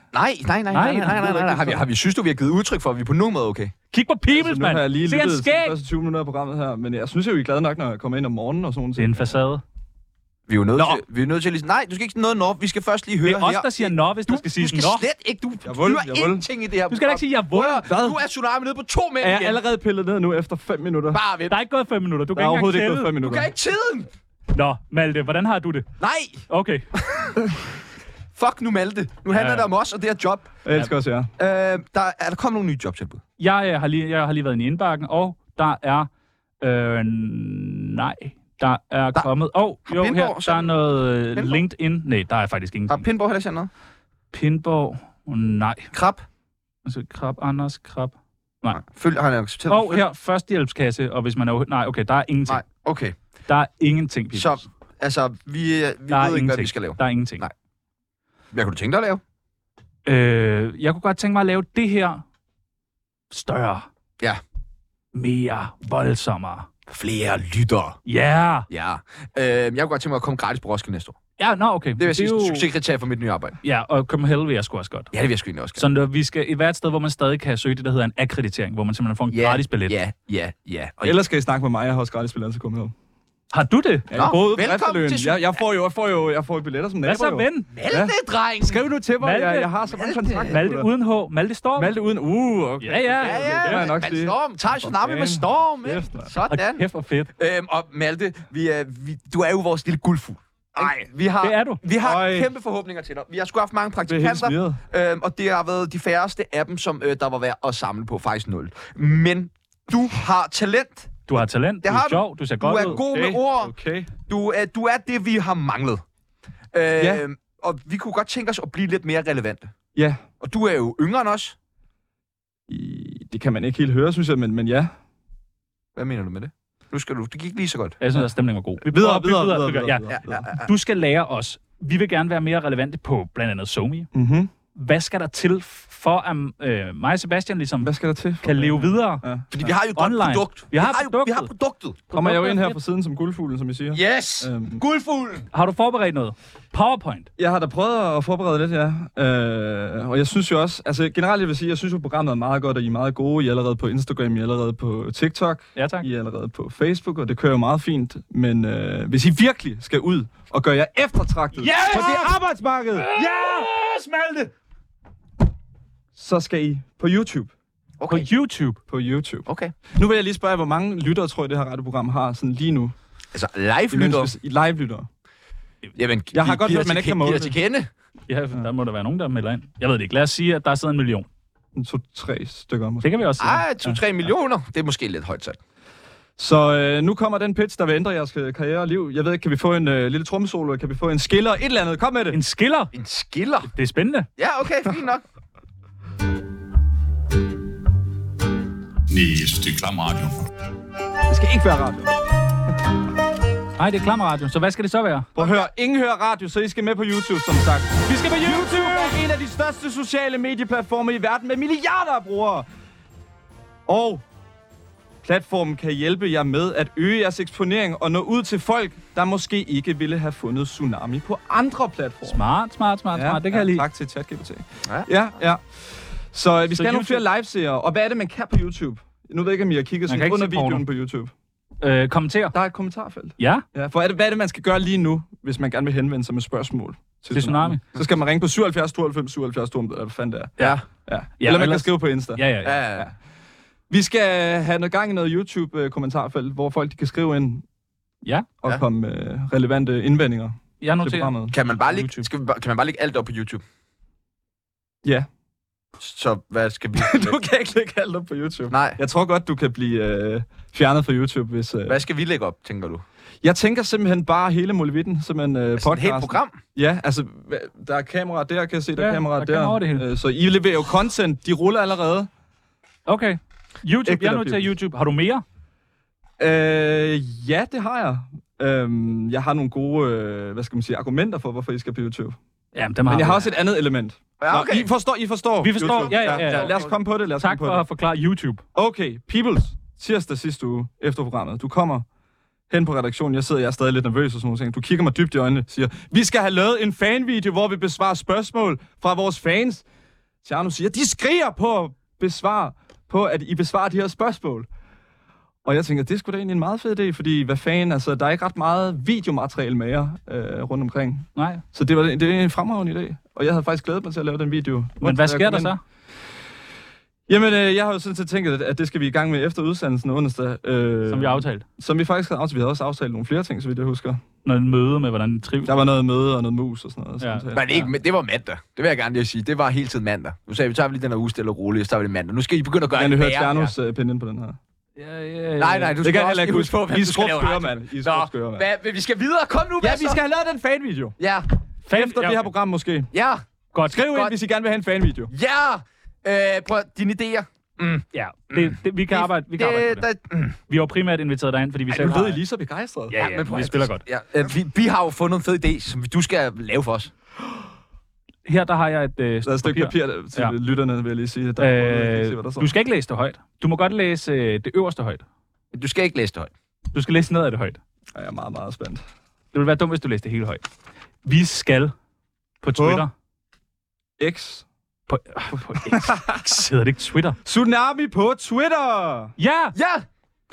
nej, nej, nej, nej, nej, nej, nej, nej. Har, vi, har vi synes du, vi har givet udtryk for, at vi på nogen måde er okay? Kig på Peoples, Altså, nu har jeg lige mand! Se lyttet hans til de skæg! første 20 minutter af programmet her, men jeg synes jo, I er glade nok, når jeg kommer ind om morgenen og sådan Det er en noget. facade. Vi er jo nødt Nå. til, vi er nødt til at lige... Nej, du skal ikke sige noget nå. Vi skal først lige høre Det er os, her. der siger nå, hvis du, der skal sige du skal nå. slet ikke... Du Jeg vul, styrer jeg vul. ingenting i det her. Du skal da ikke sige, jeg våger. Hvad? Nu er Tsunami nede på to mænd Er jeg igen. allerede pillet ned nu efter 5 minutter? Bare vent. Der er ikke gået fem minutter. Du Der kan er ikke engang overhovedet ikke gået tælle. Du 5 minutter. kan ikke tiden. Nå, Malte, hvordan har du det? Nej. Okay. Fuck nu, Malte. Nu handler Ja. det om os og det her job. Jeg elsker også jer. Øh, der er der kommet nogle nye jobtilbud. Jeg, øh, har lige, jeg har lige været inde i indbakken, og der er... Øh, nej, der er der, kommet... Åh, oh, jo, Pindborg her, der er sendt- noget øh, Pindborg? LinkedIn. Nej, der er faktisk Har ingenting. Pindborg heller ikke sendt noget? Pindborg. Oh, nej. Krab. Altså, krab, Anders, krab. Følg, har han accepteret? Og Følg- her, førstehjælpskasse, og hvis man er... uhe- Nej, okay, der er ingenting. Nej, Nej. okay. Der er ingenting, Pibus. Så, altså, vi, øh, vi der er ved ikke, hvad ingenting. vi skal lave. Der er ingenting. Nej. Hvad kunne du tænke dig at lave? Øh, jeg kunne godt tænke mig at lave det her større. Ja. Mere voldsommere. Flere lytter. Ja. Yeah. Ja. Øh, jeg kunne godt tænke mig at komme gratis på Roskilde næste år. Ja, nå, okay. Det vil jeg sige, succeskriterie for mit nye arbejde. Ja, og Copenhagen vil jeg sgu også godt. Ja, det vil jeg sgu egentlig også gerne. Så når vi skal i hvert sted, hvor man stadig kan søge det, der hedder en akkreditering, hvor man simpelthen får en ja, gratis billet. Ja, ja, ja. Og Ellers skal I snakke med mig, jeg har også gratis billetter til at komme her. Har du det? Ja, Nå, jeg boede på velkommen Refterløen. til Sy- Jeg, jeg, får jo, jeg får jo jeg får jo billetter som nabo. Hvad så, jo. ven? Malte, dreng! Skriv nu til mig, Malte. jeg, jeg har så mange kontakter. Malte gutter. uden H. Malte Storm. Malte uden. Uh, okay. Ja, ja. Ja, ja, det må jeg nok man sige. Storm, tager tsunami med fanden. storm, Kæft, ikke? mand. Og Sådan. kæft og fedt. Øhm, og Malte, vi er, vi, du er jo vores lille guldfugl. Nej, vi har, Det er du. Vi har Øj. kæmpe forhåbninger til dig. Vi har sgu haft mange Det er helt praktikanter, smidt. øhm, og det har været de færreste af dem, som øh, der var værd at samle på. Faktisk nul. Men du har talent. Du har talent. Det du har er du. sjov. Du ser Du godt er ud. god med ord. Okay. Du, øh, du er det, vi har manglet. Øh, Ja. Og vi kunne godt tænke os at blive lidt mere relevante. Ja. Og du er jo yngre end os. I- Det kan man ikke helt høre, synes jeg, men, men ja. Hvad mener du med det? Nu skal du. Det gik lige så godt. Jeg synes, at stemningen var god. Vi Videre, prøver at bygge videre, videre, videre, det gør- videre, Ja. videre. Ja, ja, ja. Du skal lære os. Vi vil gerne være mere relevante på blandt andet Somi. Mm-hmm. Hvad skal der til for, at øh, mig og Sebastian ligesom Hvad skal der til? kan leve videre? Ja. Fordi vi har jo et godt Online. produkt. Vi har jo, vi har produktet. produktet. Kommer jeg jo ind her fra siden som guldfuglen, som I siger? Yes! Øhm. Guldfuglen! Har du forberedt noget? PowerPoint. Jeg har da prøvet at forberede lidt, ja. Øh, og jeg synes jo også, altså generelt jeg vil sige, jeg synes jo programmet er meget godt, og I er meget gode. I er allerede på Instagram, I er allerede på TikTok, Ja, tak. I er allerede på Facebook, og det kører jo meget fint. Men øh, hvis I virkelig skal ud og gøre jer eftertragtet Ja! på det arbejdsmarked, Smalte! så skal I på YouTube. På Okay, YouTube. På YouTube. okay. Nu vil jeg lige spørge jer, hvor mange lyttere tror I, det her radioprogram har sådan lige nu? Altså, I live-lytter. lytter. I live-lyttere. Jamen, Jeg har giv- godt giv hørt, os man til ikke kan ken- måle giv os til kende. Ja, der må der være nogen, der melder ind. Jeg ved det ikke. Lad os sige, at der sidder en million. En, To, tre stykker måske. Det kan vi også sige. Ej, 2-3 Ah, millioner. Det er måske lidt højt sat. Så øh, nu kommer den pitch, der vil ændre jeres øh, karriere og liv. Jeg ved ikke, kan vi få en øh, lille trommesolo? Kan vi få en skiller? Et eller andet. Kom med det. En skiller. En skiller. Det er spændende. Ja, okay, fint nok. Det skal ikke være radio. Nej, det er klammerradio. Så hvad skal det så være? Prøv at høre. Ingen hører radio, så I skal med på YouTube, som sagt. Vi skal på YouTube! er en af de største sociale medieplatforme i verden med milliarder af brugere. Og platformen kan hjælpe jer med at øge jeres eksponering og nå ud til folk, der måske ikke ville have fundet Tsunami på andre platforme. Smart, smart, smart, smart. Det kan jeg lide. Tak til ChatGPT. Ja. Ja, ja. ja. Så øh, vi skal have nogle YouTube- flere liveseere. Og hvad er det, man kan på YouTube? Nu ved jeg ikke, om I har kigget kan sådan ikke under se porno. videoen på YouTube. Øh, kommenter. Der er et kommentarfelt. Ja, Ja, for er det, hvad er det, man skal gøre lige nu, hvis man gerne vil henvende sig med spørgsmål? Til Tsunami. Så skal man ringe på 77 92 97 92, eller hvad fanden det er. Ja. Ja. Eller man kan ellers- skrive på Insta. ja, ja. ja. Ja, Vi skal øh, have noget gang i noget YouTube-kommentarfelt, hvor folk de kan skrive ind Ja. og Ja. komme øh, relevante indvendinger Jeg til noterer. programmet. Kan man bare lægge, YouTube. skal vi bare, kan man bare lægge alt op på YouTube? Ja. Så hvad skal vi... Du kan ikke lægge alt op på YouTube. Nej. Jeg tror godt, du kan blive øh, fjernet fra YouTube, hvis... Øh, Hvad skal vi lægge op, tænker du? Jeg tænker simpelthen bare hele Molevitten, simpelthen øh, Altså, et podcasten. helt program? Ja, altså, hva- der er kamera der, kan jeg se, der er Ja, kamera der er der. kamera over det hele. Øh, så I leverer jo content, de ruller allerede. Okay. YouTube, Ægte jeg der noterer bliver- YouTube. Har du mere? Øh, ja, det har jeg. Øhm, jeg har nogle gode, øh, hvad skal man sige, argumenter for, hvorfor I skal på YouTube. Jamen, dem har Men jeg har vi. også et andet element. Ja, okay. Nå, I forstår, I forstår. Vi forstår, YouTube. ja, ja, ja. Lad os komme på det, lad os Tak for komme på at forklare YouTube. det. Okay, Peoples, tirsdag sidste uge efter programmet. Du kommer hen på redaktionen. Jeg sidder, jeg er stadig lidt nervøs og sådan nogle ting. Du kigger mig dybt i øjnene og siger, vi skal have lavet en fanvideo, hvor vi besvarer spørgsmål fra vores fans. Tjerno siger, de skriger på at besvare, på at I besvarer de her spørgsmål. Og jeg tænker, det skulle da egentlig en meget fed idé, fordi hvad fanden, altså, der er ikke ret meget videomateriale med jer øh, rundt omkring. Nej. Så det var det er en fremragende idé. Og jeg havde faktisk glædet mig til at lave den video. Men Onsdag, hvad jeg sker kom der ind. så? Jamen, øh, jeg har jo sådan set tænkt, at- at det skal vi i gang med efter udsendelsen onsdag. Øh, Som vi aftalte. Som vi faktisk havde aftalt. Vi havde også aftalt nogle flere ting, så vidt jeg husker. Når en møde med, hvordan det trives. Der var noget møde og noget mus og sådan noget. Ja. samtale. Men ikke, men det var mandag. Det vil jeg gerne lige sige. Det var hele tiden mandag. Nu sagde vi, tager vi lige den her uge stille og roligt, så tager vi det mandag. Nu skal I begynde at gøre Kan du det høre værre, Tjernos øh, opinion på den her? Ja, ja, ja. Nej, nej, du skal Det kan jeg heller også ikke lige huske huske. på, hvad I du skal skrup lave skøre, radio. mand. I skrup skøre, Nå, mand. hvad, vi skal videre. Kom nu, Ja, hvad vi så? skal have lavet den fanvideo. Ja, Fan, Efter det her program måske. ja, Godt. Skriv ind, Godt. hvis I gerne vil have en fanvideo. ja. Øh, prøv, at- dine idéer. Ja, det, det, vi kan arbejde, vi kan arbejde på det. det. Der, mm, Vi har jo primært inviteret dig ind, fordi vi Du selv har... ved, I er lige så begejstret. Ja, ja, men prøv vi at- spiller godt. ja, øh, vi, vi, har jo fundet en fed idé, som du skal lave for os. Her der har jeg et øh, Der er et stykke papir der- til Ja. lytterne, vil jeg lige sige. Der, øh, se, hvad der Øh, står. du skal ikke læse det højt. Du må godt læse øh, det øverste højt. Men Du skal ikke læse det højt. Du skal læse ned af det højt. Ja, Jeg er meget, meget spændt. Det ville være dumt, hvis du læste det hele højt. Vi skal på Twitter... X På, øh, på X. Sidder det ikke Twitter? Tsunami på Twitter! Ja! Ja!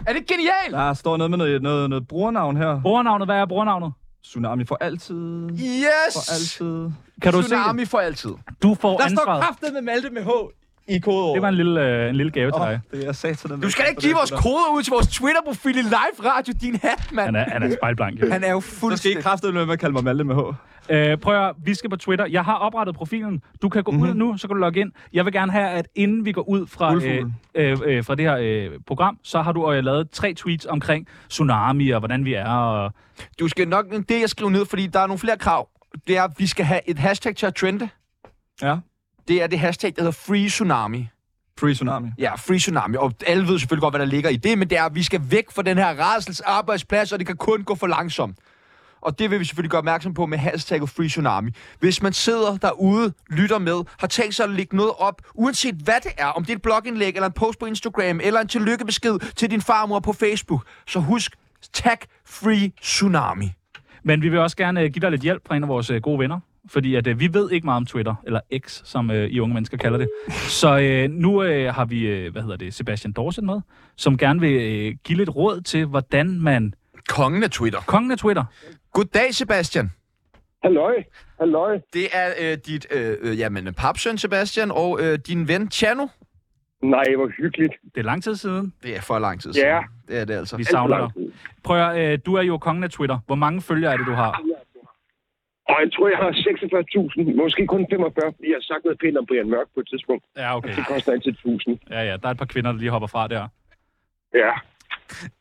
Er det ikke genialt? Der står noget med noget, noget, noget brugernavn her. Brugernavnet, hvad er brugernavnet? Tsunami for altid. Yes! For altid. Kan du se Tsunami for altid. det? Du får Der står ansvaret. kraftet med Malte med H i kodeord. Det var en lille, øh, en lille gave til dig. oh, det er satan. Du skal da ikke give vores koder ud til vores Twitter-profil i live radio, din hat, Han mand. er, han er spejlblank. jo. Han er jo Du skal ikke fuldstændig... kraftet med at kalde mig Malte med H. Øh, prøv at høre, vi skal på Twitter. Jeg har oprettet profilen. Du kan gå mm-hmm. ud nu, så kan du logge ind. Jeg vil gerne have, at inden vi går ud fra, øh, Guldfuglen. øh, øh, fra det her øh, program, så har du øh, lavet tre tweets omkring tsunami og hvordan vi er. Og... Du skal nok... Det, jeg skriver ned, fordi der er nogle flere krav, det er, at vi skal have et hashtag til at trende. Ja. Det er det hashtag, der hedder Free Tsunami. Free Tsunami. Ja, Free Tsunami. Og alle ved selvfølgelig godt, hvad der ligger i det, men det er, at vi skal væk fra den her rasels arbejdsplads, og det kan kun gå for langsomt. Og det vil vi selvfølgelig gøre opmærksom på med hashtagget Free Tsunami. Hvis man sidder derude, lytter med, har tænkt sig at lægge noget op, uanset hvad det er, om det er et blogindlæg, eller en post på Instagram, eller en tillykkebesked til din farmor på Facebook, så husk, tag Free Tsunami. Men vi vil også gerne øh, give dig lidt hjælp fra en af vores øh, gode venner. Fordi at, øh, vi ved ikke meget om Twitter, eller X, som øh, I unge mennesker kalder det. Så øh, nu øh, har vi øh, hvad hedder det, Sebastian Dorset med, som gerne vil øh, give lidt råd til, hvordan man... Kongen af Twitter. Kongen af Twitter. Goddag, Sebastian. Halløj, halløj. Det er øh, dit øh, øh, jamen, papsøn, Sebastian, og øh, din ven, Chano. Nej, hvor hyggeligt. Det er lang tid siden. Det er for lang tid Ja. siden. Det er det altså. Vi Alt for savner dig. lang tid. Prøv at, høre, øh, du er jo kongen af Twitter. Hvor mange følgere er det, du har? Og jeg tror, jeg har 46.000, måske kun 45, fordi jeg har sagt noget pænt om Brian Mørk på et tidspunkt. Ja, okay. Det koster altid 1000. Ja, ja, der er et par kvinder, der lige hopper fra der. Ja.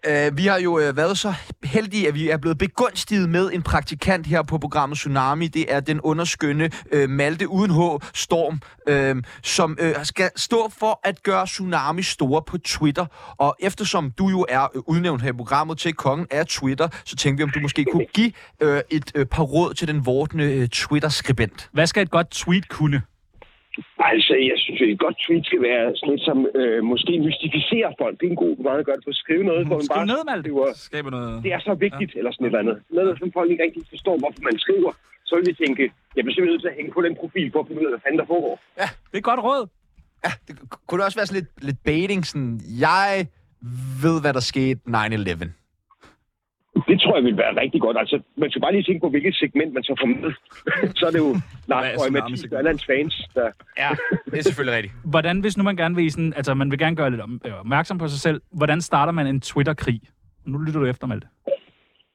Øh, vi har jo øh, været så heldige, at vi er blevet begunstiget med en praktikant her på programmet Tsunami. Det er den underskønne øh, Malte uden H. Storm, øh, som øh, skal stå for at gøre Tsunami store på Twitter. Og eftersom du jo er øh, udnævnt her i programmet til kongen af Twitter, så tænkte vi, om du måske kunne give øh, et øh, par råd til den vortende øh, Twitter-skribent. Hvad skal et godt tweet kunne? Altså, jeg synes, at et godt tweet skal være sådan noget, som øh, måske mystificerer folk. Det er en god måde at gøre det på. Skrive noget, hvor man Skriv bare ned, Malte. skriver, Skaber noget... det er så vigtigt, ja. eller sådan et eller andet. Noget, som folk ikke rigtig forstår, hvorfor man skriver. Så vil de tænke, jeg bliver simpelthen nødt til at hænge på den profil, for at finde ud af, hvad fanden der foregår. Det er et godt råd. Det ku- kunne det også være sådan lidt, lidt baiting, sådan, jeg ved, hvad der skete 9-11. Det tror jeg vil være rigtig godt. Altså, man skal bare lige tænke på, hvilket segment man så får med. så er det jo Lars Hvad er Bøge tsunami-segmentet? Mathis og alle hans fans, der... Ja, det er selvfølgelig rigtigt. Hvordan, hvis nu man gerne vil, sådan, altså man vil gerne gøre lidt om, øh, opmærksom på sig selv, hvordan starter man en Twitter-krig? Nu lytter du efter, Malte.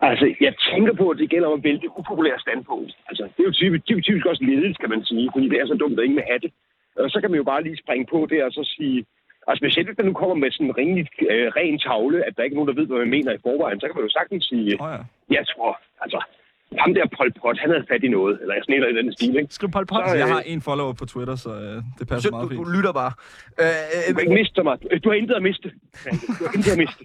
Altså, jeg tænker på, at det gælder om at vælge upopulære standpunkt. Altså, det er jo typisk, det er jo typisk også ledet, kan man sige, fordi det er så dumt, at ingen vil have det. Og så kan man jo bare lige springe på det og så sige... Og specielt hvis man nu kommer med sådan en rimelig øh, ren tavle, at der ikke er nogen, der ved, hvad man mener i forvejen, så kan man jo sagtens sige, Åh oh, ja. jeg tror, altså, ham der Pol Pot, han havde fat i noget, eller sådan et eller andet i den stil, ikke? Skriv Pol Pot. Så, øh, Jeg har en follower på Twitter, så øh, det passer Så meget du, du fint. lytter bare. Øh, Du kan ikke miste så meget. Du har intet at miste. Frederik. Du har intet at miste.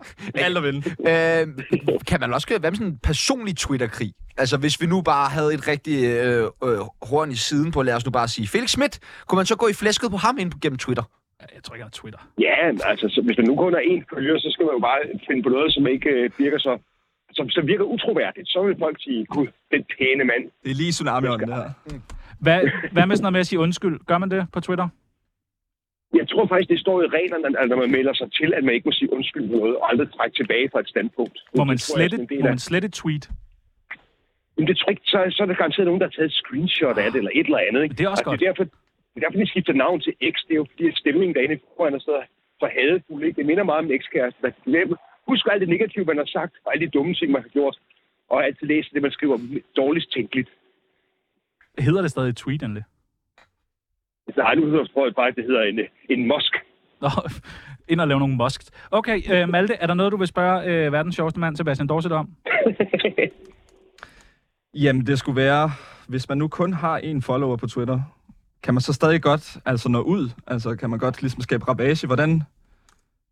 Alt at vinde. øh, øh, kan man også være med sådan en personlig Twitter-krig? Altså, hvis vi nu bare havde et rigtig øh, øh, horn i siden på, lad os nu bare sige, Felix Schmidt, kunne man så gå i flæsket på ham ind gennem Twitter? Ja, Jeg tror ikke, jeg har Twitter. Ja, men altså, så hvis man nu kun har én følger, så skal man jo bare finde på noget, som ikke øh, virker så som, som virker utroværdigt. Så vil folk sige, gud, den pæne mand. Det er lige tsunami det her. Hvad, hvad med sådan noget med at sige undskyld? Gør man det på Twitter? Jeg tror faktisk, det står i reglerne, at når man melder sig til, at man ikke må sige undskyld for noget, og aldrig trække tilbage fra et standpunkt. Hvor man Det tror jeg slette, også er en del hvor af- man slette tweet. Jamen, det tror jeg ikke, så, så er der garanteret nogen, der har taget et screenshot af det, eller et eller andet. Ikke? Men det er også og Det er, derfor, det er derfor, de skifter navn til X. Det er jo fordi, at stemningen derinde i forhånd er så, så hadefuld. Ikke? Det minder meget om X-kæresten. der glemmer- Husk alt det negative, man har sagt, og alle de dumme ting, man har gjort. Og altid læse det, man skriver dårligst tænkeligt. Hedder det stadig tweet endelig? Nej, Altså, nu hedder- tror jeg bare, at det hedder en, øh, en mosk. Nå, ind og lave nogle mosks. Okay, øh, Malte, er der noget, du vil spørge øh, verdens sjoveste mand, Sebastian Dorset, om? Jamen, det skulle være, hvis man nu kun har en follower på Twitter, kan man så stadig godt altså nå ud? Altså, kan man godt ligesom skabe rabage? Hvordan?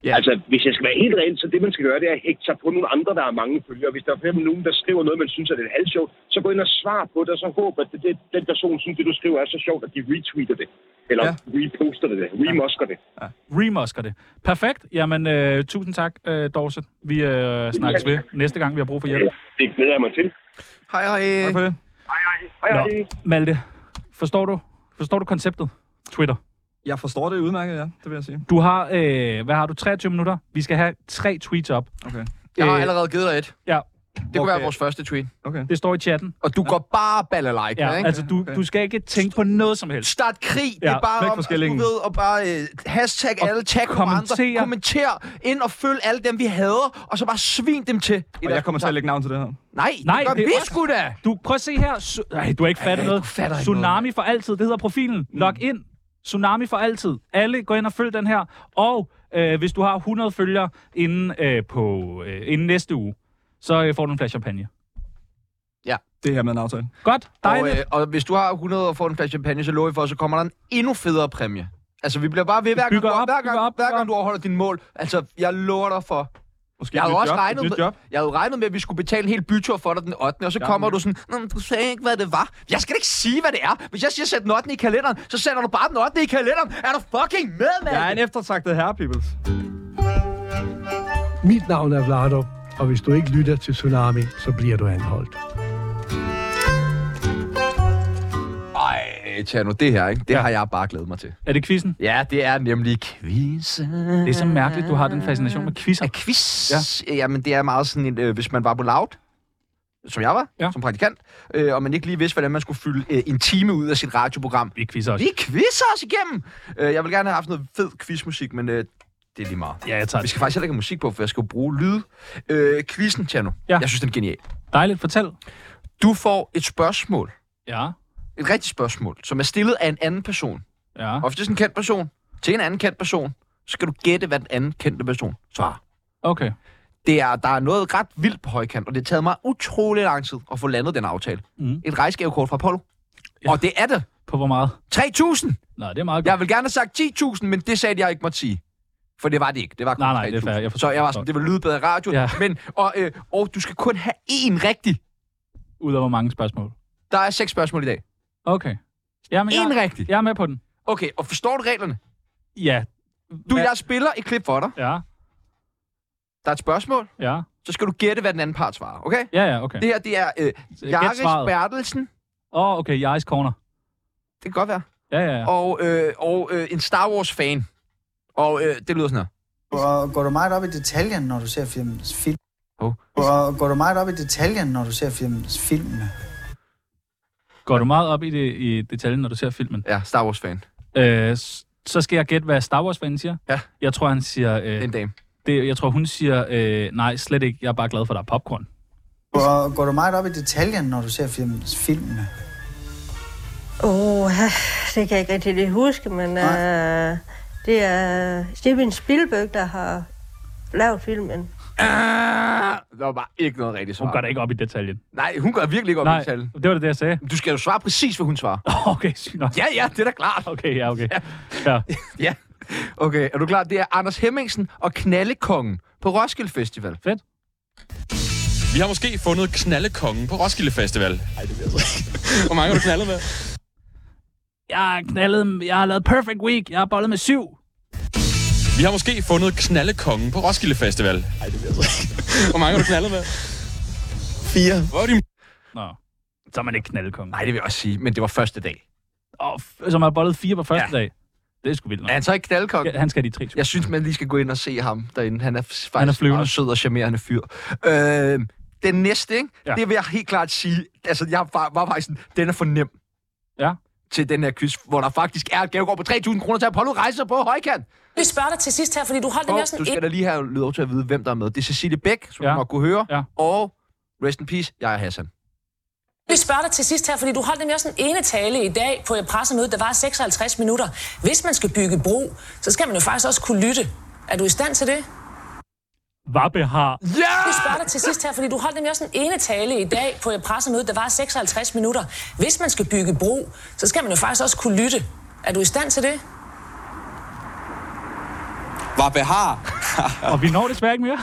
Ja. Altså, hvis jeg skal være helt reelt, så det, man skal gøre, det er at hægte sig på nogle andre, der har mange følgere. Hvis der er fem nogen, der skriver noget, man synes er lidt halvsjovt, så gå ind og svar på det, og så håb, at det, det, den person synes, det du skriver er så sjovt, at de retweeter det. Eller Ja. ja. reposter det, remosker det. Remosker det. Perfekt. Jamen, øh, tusind tak, øh, Dorset. Vi øh, snakkes ved næste gang, vi har brug for hjælp. Ja. Det glæder jeg mig til. Hej, hej. Tak for det. Hej, hej. Nå, Malte, forstår du, forstår du konceptet? Twitter. Jeg forstår det udmærket, ja. Det vil jeg sige. Du har, øh, hvad har du, 23 minutter? Vi skal have tre tweets op. Okay. Jeg har Øh, allerede givet dig et. Ja, Det kunne Okay. være vores første tweet. Okay. det står i chatten. Og du går bare ballerlike, Ja, ja, ikke? altså, du, Okay. du skal ikke tænke på noget som helst. Start krig, det Ja, er bare om, væk fra at du skællingen. ved, og bare øh, hashtag og alle, tag nogle andre, kommenter. kommenter ind og følg alle dem, vi hader, og så bare svin dem til. i Og deres jeg kommer til at lægge navn til det her. Nej, Nej, det gør det er vi også- sgu da! Du, prøv at se her. Su- Ej, du har ikke fattet Ej, noget. du fatter ikke Mm. Tsunami for altid, det hedder profilen. Log ind. Tsunami for altid. Alle går ind og følg den her. Og øh, hvis du har 100 følgere inden, øh, på, øh, inden næste uge, så øh, får du en flaske champagne. Det her med en aftale. Godt, Og, dejligt. øh, og hvis du har 100 og får en flaske champagne, så lover vi for, så kommer der en endnu federe præmie. Altså, vi bliver bare ved, hver gang, Bygger du, op, hver bygger gang, op, hver bygger gang du overholder dine mål. Altså, jeg lover dig for... Måske Jeg et havde nyt også job, regnet et nyt med, job. jeg havde regnet med, at vi skulle betale en hel bytur for dig den 8. Og så kommer men- du sådan, "Nå, men du sagde ikke, hvad det var. Jeg skal da ikke sige, hvad det er. Hvis jeg siger, sæt den 8. i kalenderen, så sætter du bare den 8. i kalenderen. Er du fucking med, mand? Jeg er en eftertragtet herre, peoples. Mit navn er Vlado, og hvis du ikke lytter til Tsunami, så bliver du anholdt. Ej, Tjerno, det her, ikke? Det ja. har jeg bare glædet mig til. Er det quizzen? Ja, det er nemlig quizzen. Det er så mærkeligt, du har den fascination med quizzer. af quiz. Ja. Jamen, det er meget sådan en, øh, hvis man var på loud, som jeg var, Ja. ja. som praktikant, øh, og man ikke lige vidste, hvordan man skulle fylde øh, en time ud af sit radioprogram. Vi quizzer også. Vi quizzer os igennem! Øh, jeg vil gerne have haft noget fed quizmusik, men øh, det er lige meget. Ja, jeg tager Vi skal det. faktisk heller ikke have musik på, for jeg skal jo bruge lyd. Øh, quizzen, Tjerno. Ja. Ja. Jeg synes, den er genial. Dejligt, fortæl. Du får et spørgsmål. Ja, Et rigtigt spørgsmål, som er stillet af en anden person. ja. Ofte en kendt person. Til en anden kendt person. Så skal du gætte, hvad den anden kendte person svarer. Okay. det er, der er noget ret vildt på højkant, og det har taget mig utrolig lang tid at få landet den aftale. Mm. Mm. Et rejsegavekort fra Apollo. Ja. Ja. Og det er det. På hvor meget? 3.000! Nej, det er meget godt. Jeg vil gerne have sagt 10.000, men det sagde jeg ikke måtte sige. For det var det ikke. Det var kun Nej, nej, det er 3.000. fair. Jeg forstår. Så jeg var sådan, det var lyde bedre i radioen. Ja. Ja. Men, og, øh, og du skal kun have én rigtig. Ud af hvor mange spørgsmål. Der er seks spørgsmål i dag. Okay. Jamen, En jeg, rigtig. jeg er med på den. Okay, og forstår du reglerne? Ja. Du, Hvad- jeg spiller et klip for dig. Ja, Der er et spørgsmål. ja. Så skal du gætte, hvad den anden part svarer, okay? Ja, ja, okay. Det her, det er øh, gæt svaret. Jaris Bertelsen. Åh, oh, okay, Jaris Corner. Det kan godt være. Ja, ja, ja. og, øh, og øh, en Star Wars-fan. Og øh, det lyder sådan her. Og går du meget op i detaljen, når du ser filmen? Film. Hov. Og går du meget op i detaljen, når du ser filmen? Filmen. Går du meget op i, det, i detaljen, når du ser filmen? Ja, Star Wars-fan. Øh, s- så skal jeg gætte, hvad Star Wars-fanen siger. Ja. Jeg tror, han siger... Øh, Den dame. det, jeg tror, hun siger, øh, nej, slet ikke. Jeg er bare glad for, at der er popcorn. Og går du meget op i detaljen, når du ser filmen? Filmen. Åh, det kan jeg ikke rigtig lige huske, men øh, det er Steven Spielberg, der har lavet filmen. Ah, der var bare ikke noget rigtigt svar. Hun går da ikke op i detaljen. Nej, hun går virkelig ikke Ah. op i Nej, detaljen. det var det, jeg sagde. Du skal jo svare præcis, hvad hun svarer. Okay, sygt nok. Ja, ja, det er da klart. Okay, ja, okay. Ja. Ja. Okay, er du klar? Det er Anders Hemmingsen og Knallekongen på Roskilde Festival. Fedt. Vi har måske fundet knaldekongen på Roskilde Festival. Nej, det bliver så Hvor mange har du knaldet med? Jeg har knaldet, jeg har lavet perfect week. Jeg har bollet med syv. Vi har måske fundet knaldekongen på Roskilde Festival. Nej, det bliver så Hvor mange har du knaldet med? Fire. Hvor er din... Nå. Så er man ikke knaldkongen. Nej, det vil jeg også sige, men det var første dag. Åh, f- så man har bollet fire på første Ja. ja. dag. Det er sgu vildt nok. Er han så ikke knaldkongen? Ja, Han skal have de tre. Jeg synes, man lige skal gå ind og se ham derinde. Han er faktisk Han er en flyvende. meget sød og charmerende fyr. Øh, den næste, ikke? Ja. Ja. det vil jeg helt klart sige. Altså, jeg var, var faktisk sådan, den er for nem Ja. til den her quiz, hvor der faktisk er et gavekort på 3.000 kroner til Apollo Rejser på højkant. Vi spørger dig til sidst her, fordi du holdt den Og her sådan du skal et... da lige have lov til at vide, hvem der er med. Det er Cecilie Bæk, som ja. Ja. du nok kunne høre, ja. Ja. og rest in peace, jeg er Hassan. Vi spørger dig til sidst her, fordi du holdt nemlig også en ene tale i dag på et pressemøde, der var 56 minutter. Hvis man skal bygge bro, så skal man jo faktisk også kunne lytte. Er du i stand til det? Vabbe har... Vi spørger dig til sidst her, fordi du holdt nemlig også en ene tale i dag på et pressemøde, der var 56 minutter. Hvis man skal bygge bro, så skal man jo faktisk også kunne lytte. Er du i stand til det? Var Behar. Og vi når desværre ikke mere.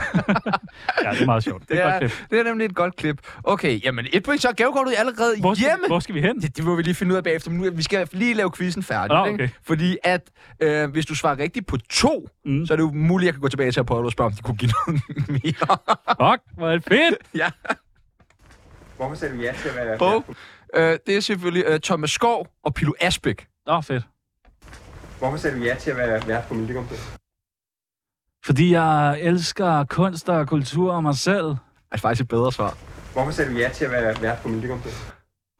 ja, det er meget sjovt. Det er Ja, godt klip. det er nemlig et godt klip. Okay, jamen et point, så er gavekortet allerede Hvor skal, hjemme. hvor skal vi hen? Det, det må vi lige finde ud af bagefter. men Nu, vi skal lige lave quizzen færdig. Ah, okay. ikke? Fordi at øh, hvis du svarer rigtigt på to, mm. Mm. så er det jo muligt, at jeg kan gå tilbage til Apollo og spørge, om de kunne give noget mere. Fuck, hvor er det fedt! ja. Hvorfor sagde du ja til at være... Øh, det er selvfølgelig øh, Thomas Skov og Pilo Asbæk. Åh, oh, fedt. Hvorfor sagde du ja til at være vært på Mildikum? Fordi jeg elsker kunst og kultur og mig selv. Det er faktisk et bedre svar. Hvorfor sagde du ja til at være vært på Mildikum?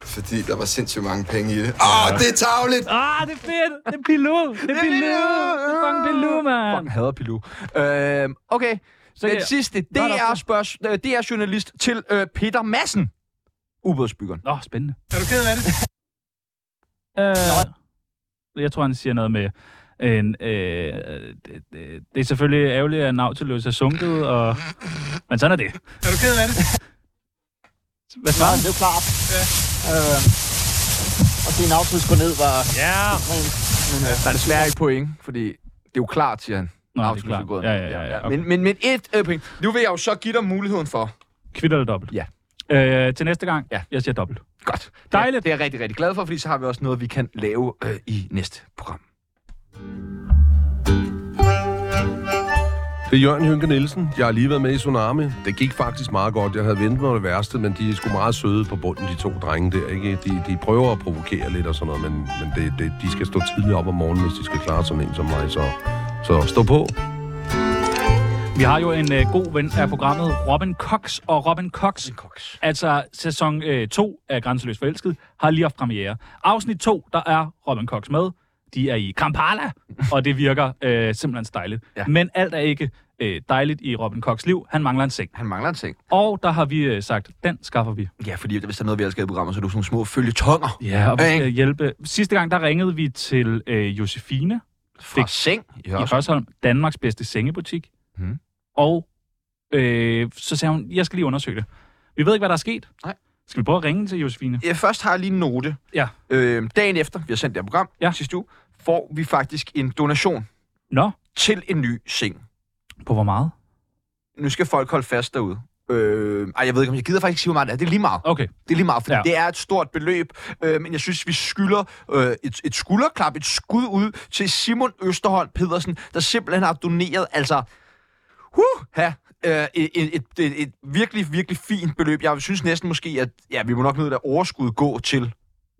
Fordi der var sindssygt mange penge i det. Åh, det er tavligt! Ah, det er fedt! Det er Pilou! Det er Pilou! Det er fucking Pilou, mand! Fucking hader Pilo. Øh, okay. Så Den jeg- sidste, det Nå, nå. er, spørgs- øh, det er journalist til øh, Peter Madsen. Ubådsbyggeren. Nå, spændende. Er du ked af det? Øh, jeg tror, han siger noget med... En, øh, det, det, det er selvfølgelig ærgerligt, at Nautilus er sunket, og... Men sådan er det. Er du ked af det? Hvad svarer han? Det er jo klart. Ja. Øh, og din afsluts gå ned var... Ja! Der er desværre ikke point, fordi det er jo klart, siger han. Nå, det er Absolut, klart. det er godt. Ja, ja, ja, ja. Okay. Men, men, men et øh, point. Nu vil jeg jo så give dig muligheden for. Kvitter eller dobbelt? Ja. Øh, til næste gang? Ja. Jeg siger dobbelt. Godt. Dejligt. Det er jeg rigtig, rigtig glad for, fordi så har vi også noget, vi kan lave øh, i næste program. Det er Jørgen Hynke Nielsen. Jeg har lige været med i Tsunami. Det gik faktisk meget godt. Jeg havde ventet mig det værste, men de er sgu meget søde på bunden, de to drenge der. Ikke? De, de prøver at provokere lidt og sådan noget, men, men det, det, de skal stå tidligt op om morgenen, hvis de skal klare sådan en som mig. Så, så stå på. Vi har jo en øh, god ven af programmet, Robin Cox. Og Robin Cox, Cox. altså sæson 2 øh, to af Grænseløs Forelsket, har lige haft premiere. Afsnit 2, der er Robin Cox med. De er i Kampala, og det virker øh, simpelthen dejligt. Ja. Ja. Men alt er ikke øh, dejligt i Robin Cox' liv. Han mangler en seng. Han mangler en ting. Og der har vi øh, sagt, den skaffer vi. Ja, fordi hvis der er noget, vi elsker i programmet, så er det jo sådan nogle små følgetonger. Ja, og vi Ja, ikke? skal hjælpe. Sidste gang, der ringede vi til øh, Josefine Fra seng i i Hørsholm. Hørsholm, Danmarks bedste sengebutik. Mhm. Mm. Og øh, så sagde hun, jeg skal lige undersøge det. Vi ved ikke, hvad der er sket. Nej. Skal vi prøve at ringe til Josefine? Ja, først har jeg lige en note. Ja. Øh, dagen efter, vi har sendt det her program ja. Ja. sidste uge, får vi faktisk en donation Nå, til en ny seng. på hvor meget? Nu skal folk holde fast derude. Øh, ej, jeg ved ikke, om jeg gider faktisk ikke sige, hvor meget det er. Det er lige meget. Okay. Det er lige meget, fordi ja. Ja. det er et stort beløb, øh, men jeg synes, vi skylder øh, et, et skulderklap, et skud ud til Simon Østerholm Pedersen, der simpelthen har doneret, altså, huh, ha, øh, et, et, et, et, et virkelig, virkelig fint beløb. Jeg synes næsten måske, at ja, vi må nok nødt at overskud gå til,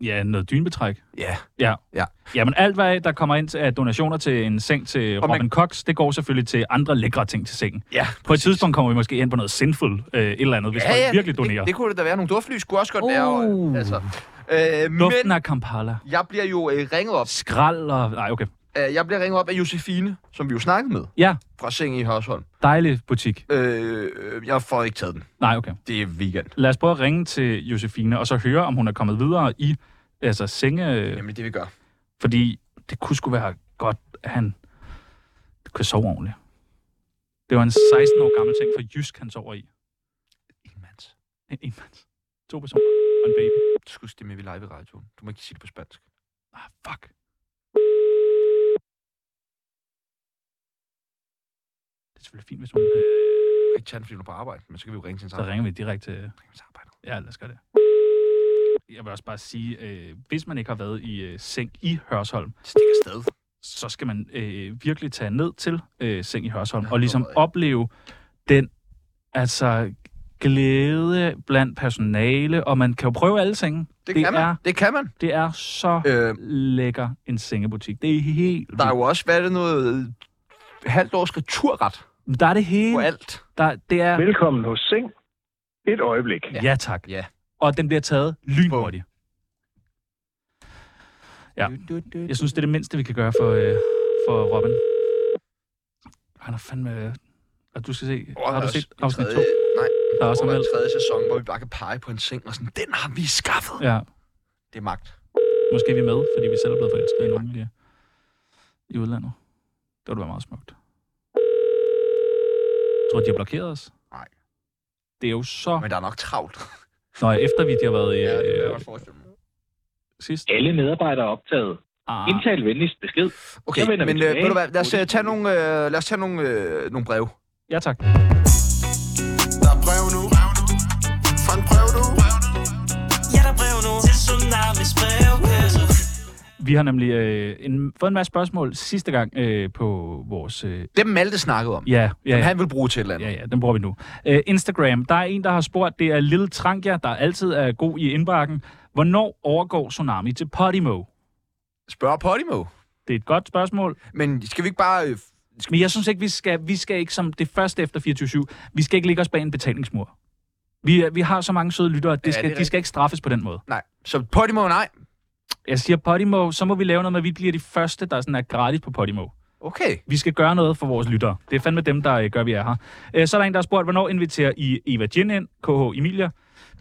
Ja, noget dynbetræk. ja, Ja. Ja. Jamen alt, hvad der kommer ind til af donationer til en seng til Og Robin man- man... Cox, det går selvfølgelig til andre lækre ting til sengen. ja, På et tidspunkt kommer vi måske ind på noget sinful øh, et eller andet, hvis ja, folk virkelig donerer. Det, Det, det kunne det da være. Nogle duftlys kunne også godt være. Og, Uh. altså. øh, det... Duften men af Kampala. jeg bliver jo øh, ringet op. Skrald og... Nej, okay. Øh, jeg bliver ringet op af Josefine, som vi jo snakkede med, Ja, fra Seng i Hørsholm. dejlig butik. Øh, øh, jeg får ikke taget den. Nej, okay. Det er weekend. Lad os prøve at ringe til Josefine, og så høre, om hun er kommet videre i altså senge... Jamen, det vi gør. Fordi det kunne sgu være godt, at han kunne sove ordentligt. Det var en 16 år gammel ting fra Jysk, han sover i. En enmands. En enmands. To personer og en baby. Du skulle stemme, vi live i radioen. Du må ikke sige det på spansk. Ah, fuck. Det er selvfølgelig fint, hvis hun... Øh, Du kan ikke tage den, fordi du er på arbejde, men så kan vi jo ringe til en så ringer vi direkte... Ringer til arbejde. Ja, lad os gøre det. Jeg vil også bare sige, øh, hvis man ikke har været i øh, seng i Hørsholm... Stik afsted. Så skal man øh, virkelig tage ned til øh, seng i Hørsholm, og ligesom opleve den altså glæde blandt personale, og man kan jo prøve alle senge. Det kan man. det kan man. Det er så øh, lækker en sengebutik. Det er helt Der er jo også, hvad er det, noget øh, halvt returret. Der er det hele. På alt. Der, det er... Velkommen hos Seng. Et øjeblik. Ja, ja tak. Ja. Og den bliver taget lynhurtigt. Ja. Jeg synes, det er det mindste, vi kan gøre for, øh, for Robin. Han er fandme... øh, Og du skal se... Åh, har der du er set også en afsnit 2? tredje- Nej, Der er også en anmeldt. tredje sæson, hvor vi bare kan pege på en seng og sådan, den har vi skaffet. Ja. Det er magt. Måske er vi med, fordi vi selv er blevet forelsket i nogen i, i udlandet. Det ville være meget smukt. Tror du, de har blokeret os? Nej. Det er jo så... Men der er nok travlt. Nå, ja, efter vi de har været i... Ja, det øh, sidst. Alle medarbejdere er optaget. Ah. Indtal venligst besked. Okay, Jeg vender men øh, tilbage. ved du hvad, lad os øh, tage nogle, øh, lad os tage nogle, øh, nogle brev. Ja, tak. Der er brev nu. Fra en brev nu. Ja, der er brev nu til Tsunamis brevkasse. Vi har nemlig øh, en, fået en masse spørgsmål sidste gang øh, på vores... Øh, Dem Malte snakkede om. Ja, ja, Dem ja. han vil bruge til et eller andet. Ja, ja, den bruger vi nu. Øh, Instagram. Der er en, der har spurgt, det er Lille Trankia, der altid er god i indbakken. Hvornår overgår Tsunami til Podimo? Spørg Podimo. Det er et godt spørgsmål. Men skal vi ikke bare... Øh, skal... Men jeg synes ikke, vi skal, vi skal ikke som det første efter 24-7, vi skal ikke ligge os bag en betalingsmur. Vi, er- vi har så mange søde lyttere, at Ja, det skal, det er de skal ikke straffes på den måde. Nej, så Podimo, nej. Jeg siger Podimo, så må vi lave noget med, at vi bliver de første, der sådan er gratis på Podimo. Okay. Vi skal gøre noget for vores lyttere. Det er fandme dem, der øh, gør, vi er her. Øh, Så er der en, der har spurgt, hvornår inviterer I Eva Gin ind, KH Emilia?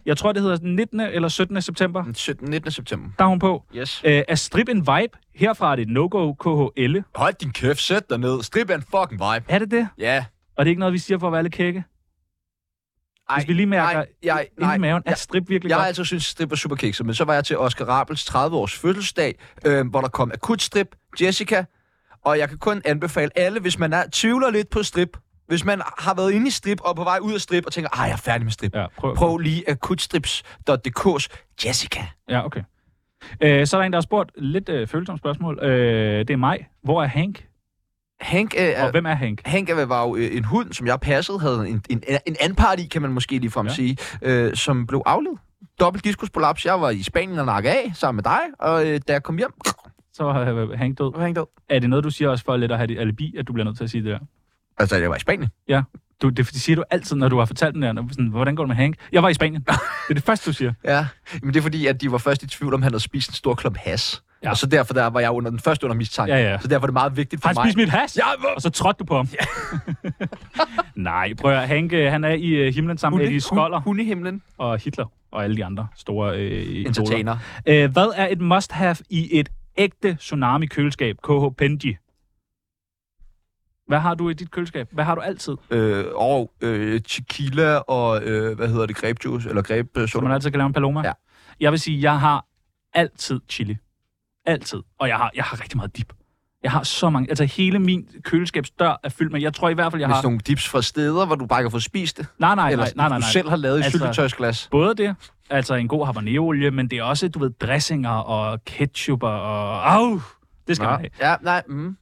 Jeg tror, det hedder den 19. eller 17. september. 17. 19. september. Der er hun på. Yes. Øh, er strip en vibe? Herfra er det no-go KHL. Hold din kæft, sæt dig ned. Strip er en fucking vibe. Er det det? Ja. Og det er ikke noget, vi siger for at være lidt kække? Ej, Hvis vi lige mærker nej, inde i maven, er strip virkelig jeg, godt? Jeg altså synes, strip var super kikset, men så var jeg til Oscar Rabels 30-års fødselsdag, øh, hvor der kom akut strip, Jessica, og jeg kan kun anbefale alle, hvis man er, tvivler lidt på strip, hvis man har været inde i strip og på vej ud af strip og tænker, ej, jeg er færdig med strip. Ja, prøv, prøv lige akutstrips.dk's Jessica. Ja, okay. Øh, så er der en, der har spurgt lidt øh, følsomt spørgsmål. Øh, det er mig. Hvor er Hank? Hank, øh, Og hvem er Hank? Hank øh, var jo øh, en hund, som jeg passede, havde en, en, en anpart i, kan man måske ligefrem ja. sige, øh, som blev afledt. Dobbelt diskusprolaps. Jeg var i Spanien og nakke af sammen med dig, og øh, da jeg kom hjem, Så er øh, Hank død. Hank død. Er det noget, du siger også for lidt at have dit alibi, at du bliver nødt til at sige det der? Altså, jeg var i Spanien. Ja. Du, det siger du altid, når du har fortalt den der, når- sådan, hvordan går det med Hank? Jeg var i Spanien. Det er det første, du siger. Ja, men det er fordi, at de var først i tvivl om, han havde spist en stor klump has. Ja. Og så derfor der var jeg under den første under mistanke. Ja, ja. Så derfor er det meget vigtigt for Han mig. spiste mit has, ja, og så trådte du på ham. Ja. Nej, prøv at høre. Hank, øh, han er i øh, himlen sammen med Hunde- Eddie Skoller. Hun, i himlen. Og Hitler og alle de andre store øh, idoler. Entertainer. Øh, hvad er et must-have i et ægte tsunami-køleskab, KH Penji? Hvad har du i dit køleskab? Hvad har du altid? Øh, og øh, tequila og, øh, hvad hedder det, grapejuice, eller grape øh, Så man soda. altid kan lave en paloma? Ja. Jeg vil sige, jeg har altid chili. Altid. Og jeg har, jeg har rigtig meget dip. Jeg har så mange. Altså hele min køleskabsdør er fyldt med. Jeg tror i hvert fald, jeg Med har... sådan nogle dips fra steder, hvor du bare kan få spist det. Nej, nej, Eller nej, sådan, nej, nej, du nej. Altså- selv har lavet i syltetøjsglas. Både det, altså en god habanerolie, men det er også, du ved, dressinger og ketchup og... Au! Det skal Nå. man have. Ja, nej, mm.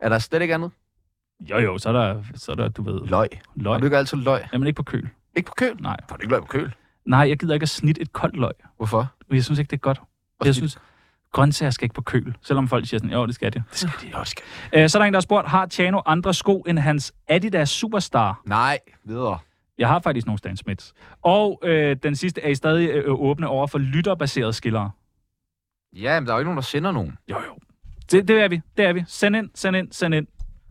Er der slet ikke andet? Jo, jo, så er der, så er der du ved... Løg. løg. Har du ikke altid løg? Jamen ikke på køl. Ikke på køl? Nej. Får du ikke løg på køl? Nej, jeg gider ikke at snitte et koldt løg. Hvorfor? Jeg synes ikke, det er godt. Jeg synes, grøntsager skal ikke på køl. Selvom folk siger sådan, jo, det skal det. Det skal de. Jo, det skal. Øh, så er der en, der har spurgt, har Tjano andre sko end hans Adidas Superstar? Nej, videre. Jeg har faktisk nogle Stan Smiths. Og øh, den sidste, er I stadig øh, åbne over for lytterbaserede skillere? Ja, men der er jo ikke nogen, der sender nogen. Jo, jo. Det, det er vi, det er vi. Send ind, send ind, send ind.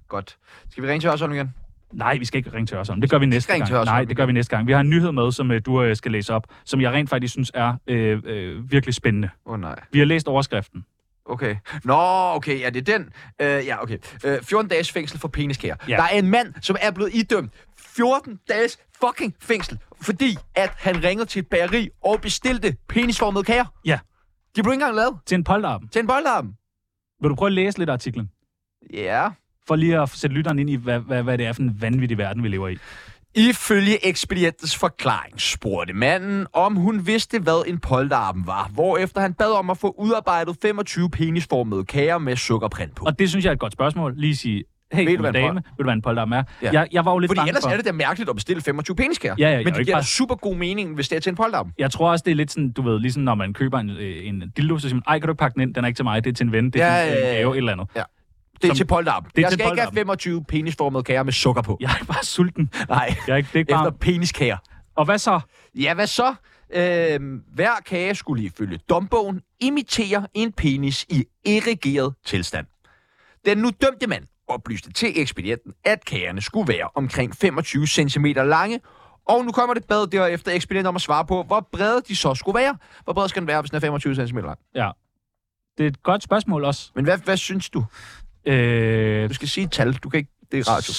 Godt. Skal vi ringe til Hørsholm igen? Nej, vi skal ikke ringe til Hørsholm. Det gør vi næste ringe gang. til Hørsholm Nej, det gør vi næste gang. Vi har en nyhed med, som øh, du øh, skal læse op, som jeg rent faktisk synes er øh, øh, virkelig spændende. Åh oh, nej. Vi har læst overskriften. Okay. Nå, okay, ja, det er den. Øh, ja, okay. Øh, 14 dages fængsel for peniskære. Ja. Der er en mand, som er blevet idømt 14 dages fucking fængsel, fordi at han ringede til et bageri og bestilte penisformede kager. Ja. De blev ikke engang lavet. Til en polterappen. Til en polterappen. Vil du prøve at læse lidt af artiklen? Ja. For lige at sætte lytteren ind i, hvad, hvad, hvad det er for en vanvittig verden, vi lever i. Ifølge ekspedientens forklaring spurgte manden, om hun vidste, hvad en polterappen var, hvorefter han bad om at få udarbejdet 25 penisformede kager med sukkerprint på. Og det synes jeg er et godt spørgsmål. Lige sige, hey, Ved du, ved du, hvad en dame, pol- ved du, hvad en polterappen er? Ja. Jeg, jeg var jo lidt Fordi bange ellers for... er det da mærkeligt at bestille 25 peniskærer. Ja, ja, jeg er Men jo det ikke giver bare- super god mening, hvis det er til en polterappen. Jeg tror også, det er lidt sådan, du ved, ligesom når man køber en, øh, en dildo, så siger man, ej, kan du ikke pakke den ind? Den er ikke til mig, det er til en ven, det er Ja, ja, til en ja, ja. gave, et eller andet. Ja. Det er Som- til polterappen. Det er Jeg til skal ikke have polterappen. 25 penisformede kager med sukker på. Jeg er bare sulten. Nej, Jeg er ikke, det er ikke efter bare... peniskager. Og hvad så? Ja, hvad så? Øhm, hver kage skulle ifølge dombogen imitere en penis i erigeret tilstand. Den nu dømte mand oplyste til ekspedienten, at kagerne skulle være omkring 25 cm lange, og nu kommer det bad derefter ekspedienten om at svare på, hvor brede de så skulle være. Hvor bred skal den være, hvis den er 25 cm lang? Ja. Det er et godt spørgsmål også. Men hvad, hvad synes du? Øh, Du skal sige et tal, du kan ikke... Det er radio.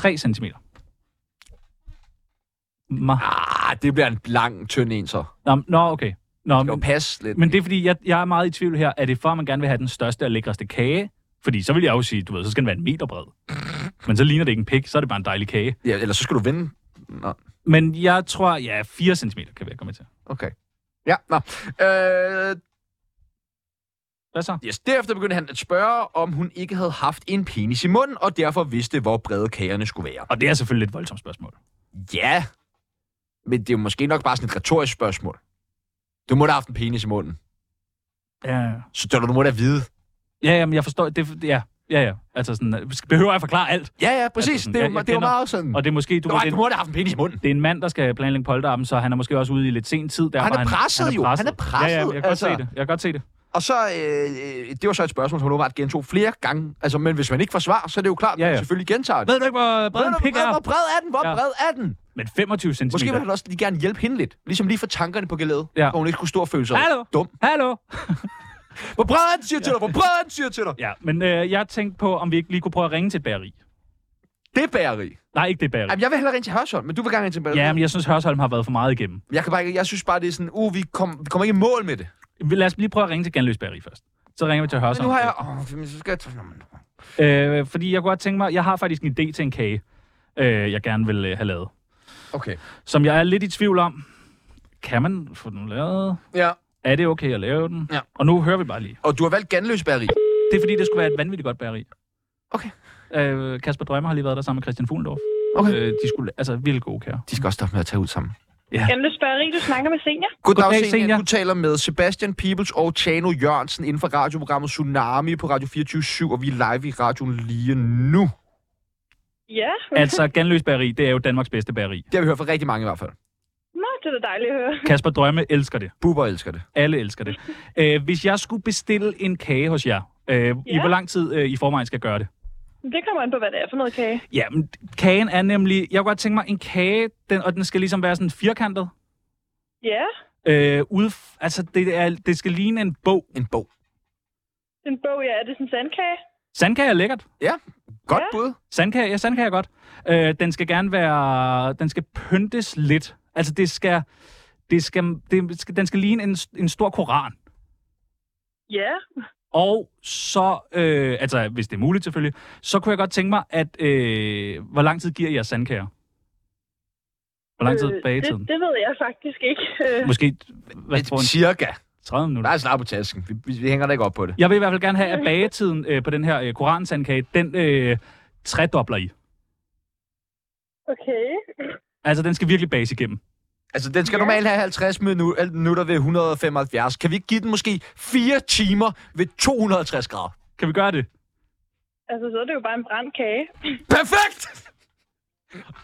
3 cm. Ma. Ah, det bliver en lang, tynd en så. Nå, nå, okay. Nå, Det men, passe lidt. men det er fordi, jeg, jeg er meget i tvivl her. Er det for, at man gerne vil have den største og lækreste kage? Fordi så vil jeg jo sige, du ved, så skal den være en meter bred. Men så ligner det ikke en pik, så er det bare en dejlig kage. Ja, eller så skal du vende... Nå. Men jeg tror, ja, 4 cm kan vi komme til. Okay. Ja, nå. Øh, Hvad så? yes, derefter begyndte han at spørge, om hun ikke havde haft en penis i munden, og derfor vidste, hvor brede kagerne skulle være. Og det er selvfølgelig et voldsomt spørgsmål. Ja, men det er jo måske nok bare sådan et retorisk spørgsmål. Du må da have haft en penis i munden. Ja, Så du, du må da vide. ja, ja men jeg forstår, det, ja, ja, ja. Altså sådan, øh, behøver jeg forklare alt? Ja, ja, præcis. Altså sådan, det, er, jeg- jo- jeg det er jo kender- meget sådan. Og det er måske... Du Nå, ved, ej, det, du er- må da have haft en penis i munden. det er en mand, der skal planlægge polterappen, så han er måske også ude i lidt sen tid. Derfor er presset jo. Han er presset, Ja, ja, jeg kan altså... altså. godt se det. Jeg kan godt se det. Og så, øh, øh, det var så et spørgsmål, som hun åbenbart gentog flere gange. Altså, men hvis man ikke får svar, så er det jo klart, at Ja, man ja. selvfølgelig gentager det. Ved du ikke, hvor Ved bred en du, pik hvor- Hvor er? bred er den? Hvor Ja. bred er den? Men 25 cm. Måske vil han også lige gerne hjælpe hende lidt. Ligesom lige få tankerne på galædet. Ja. For hun ikke skulle stå og føle sig Hallo? dum. Hallo? Hvor bred er den, siger jeg til dig? Hvor bred er den, siger jeg til dig? Ja, men øh, jeg tænkte på, om vi ikke lige kunne prøve at ringe til et bageri. Det bæreri. Nej, ikke det bageri. Jamen, jeg vil hellere ringe til Hørsholm, men du vil gerne ringe til bæreri. Ja, men jeg synes, Hørsholm har været for meget igennem. Jeg, kan bare ikke, jeg synes bare, det er sådan, uh, vi, kom, vi kommer ikke i mål med det. Lad os lige prøve at ringe til Ganløs Bageri først. Så ringer vi til Men Hørsholm. nu har jeg... Åh, oh, så skal jeg... tage- Nå, men- Øh, fordi jeg kunne godt tænke mig, jeg har faktisk en idé til en kage, øh, jeg gerne vil øh, have lavet. Okay. Som jeg er lidt i tvivl om. Kan man få den lavet? Ja. Er det okay at lave den? Ja. Og nu hører vi bare lige. Og du har valgt ganløs bæreri. Det er fordi, det skulle være et vanvittigt godt bageri. Okay. Øh, Kasper Drømmer har lige været der sammen med Christian Fuglendorf. Okay. Øh, de skulle, altså, vildt gode kære. De skal også stoppe med at tage ud sammen. Genløs Bageri, du snakker med senior. Goddag, Goddag, Goddag Senior. Senior. Du taler med Sebastian Peebles og Tjano Jørgensen inden for radioprogrammet Tsunami på Radio 24 og vi er live i radioen lige nu. Ja, Altså, Ganløs Bageri, det er jo Danmarks bedste bageri. Det har vi hørt fra rigtig mange i hvert fald. Nå, det er da dejligt at høre. Kasper Drømme elsker det. Bubber elsker det. Alle elsker det. Øh, hvis jeg skulle bestille en kage hos jer, øh, i Ja. hvor lang tid øh, i forvejen skal jeg gøre det? Det kommer an på, hvad det er for noget kage. Ja, men kagen er nemlig... Jeg kunne godt tænke mig en kage, den, og den skal ligesom være sådan firkantet. Ja, Øh, ude, f- altså, det, er, det skal ligne en bog. En bog. en bog, ja. Er det sådan en sandkage? Sandkage er lækkert. Ja, godt Ja. bud. Sandkage, ja, sandkage er godt. Øh, den skal gerne være... Den skal pyntes lidt. Altså, det skal... Det skal, det skal, den skal ligne en, en stor koran. Ja. Og så, øh, altså hvis det er muligt selvfølgelig, så kunne jeg godt tænke mig, at øh, hvor lang tid giver jeg sandkager? Hvor lang tid bag i Øh, det, tiden? det ved jeg faktisk ikke. Øh, Måske hvad tror du, Cirka. 30 Der minutter. er snart altså på tasken. Vi, vi, vi hænger da ikke op på det. Jeg vil i hvert fald gerne have, at bagetiden øh, på den her øh, koransandkage, den øh, tredobler I. Okay. Altså den skal virkelig bages igennem. Altså, den skal normalt have 50 minu- øh, minutter ved 175. Kan vi ikke give den måske 4 timer ved 260 grader? Kan vi gøre det? Altså, så er det jo bare en brændt kage. Perfekt!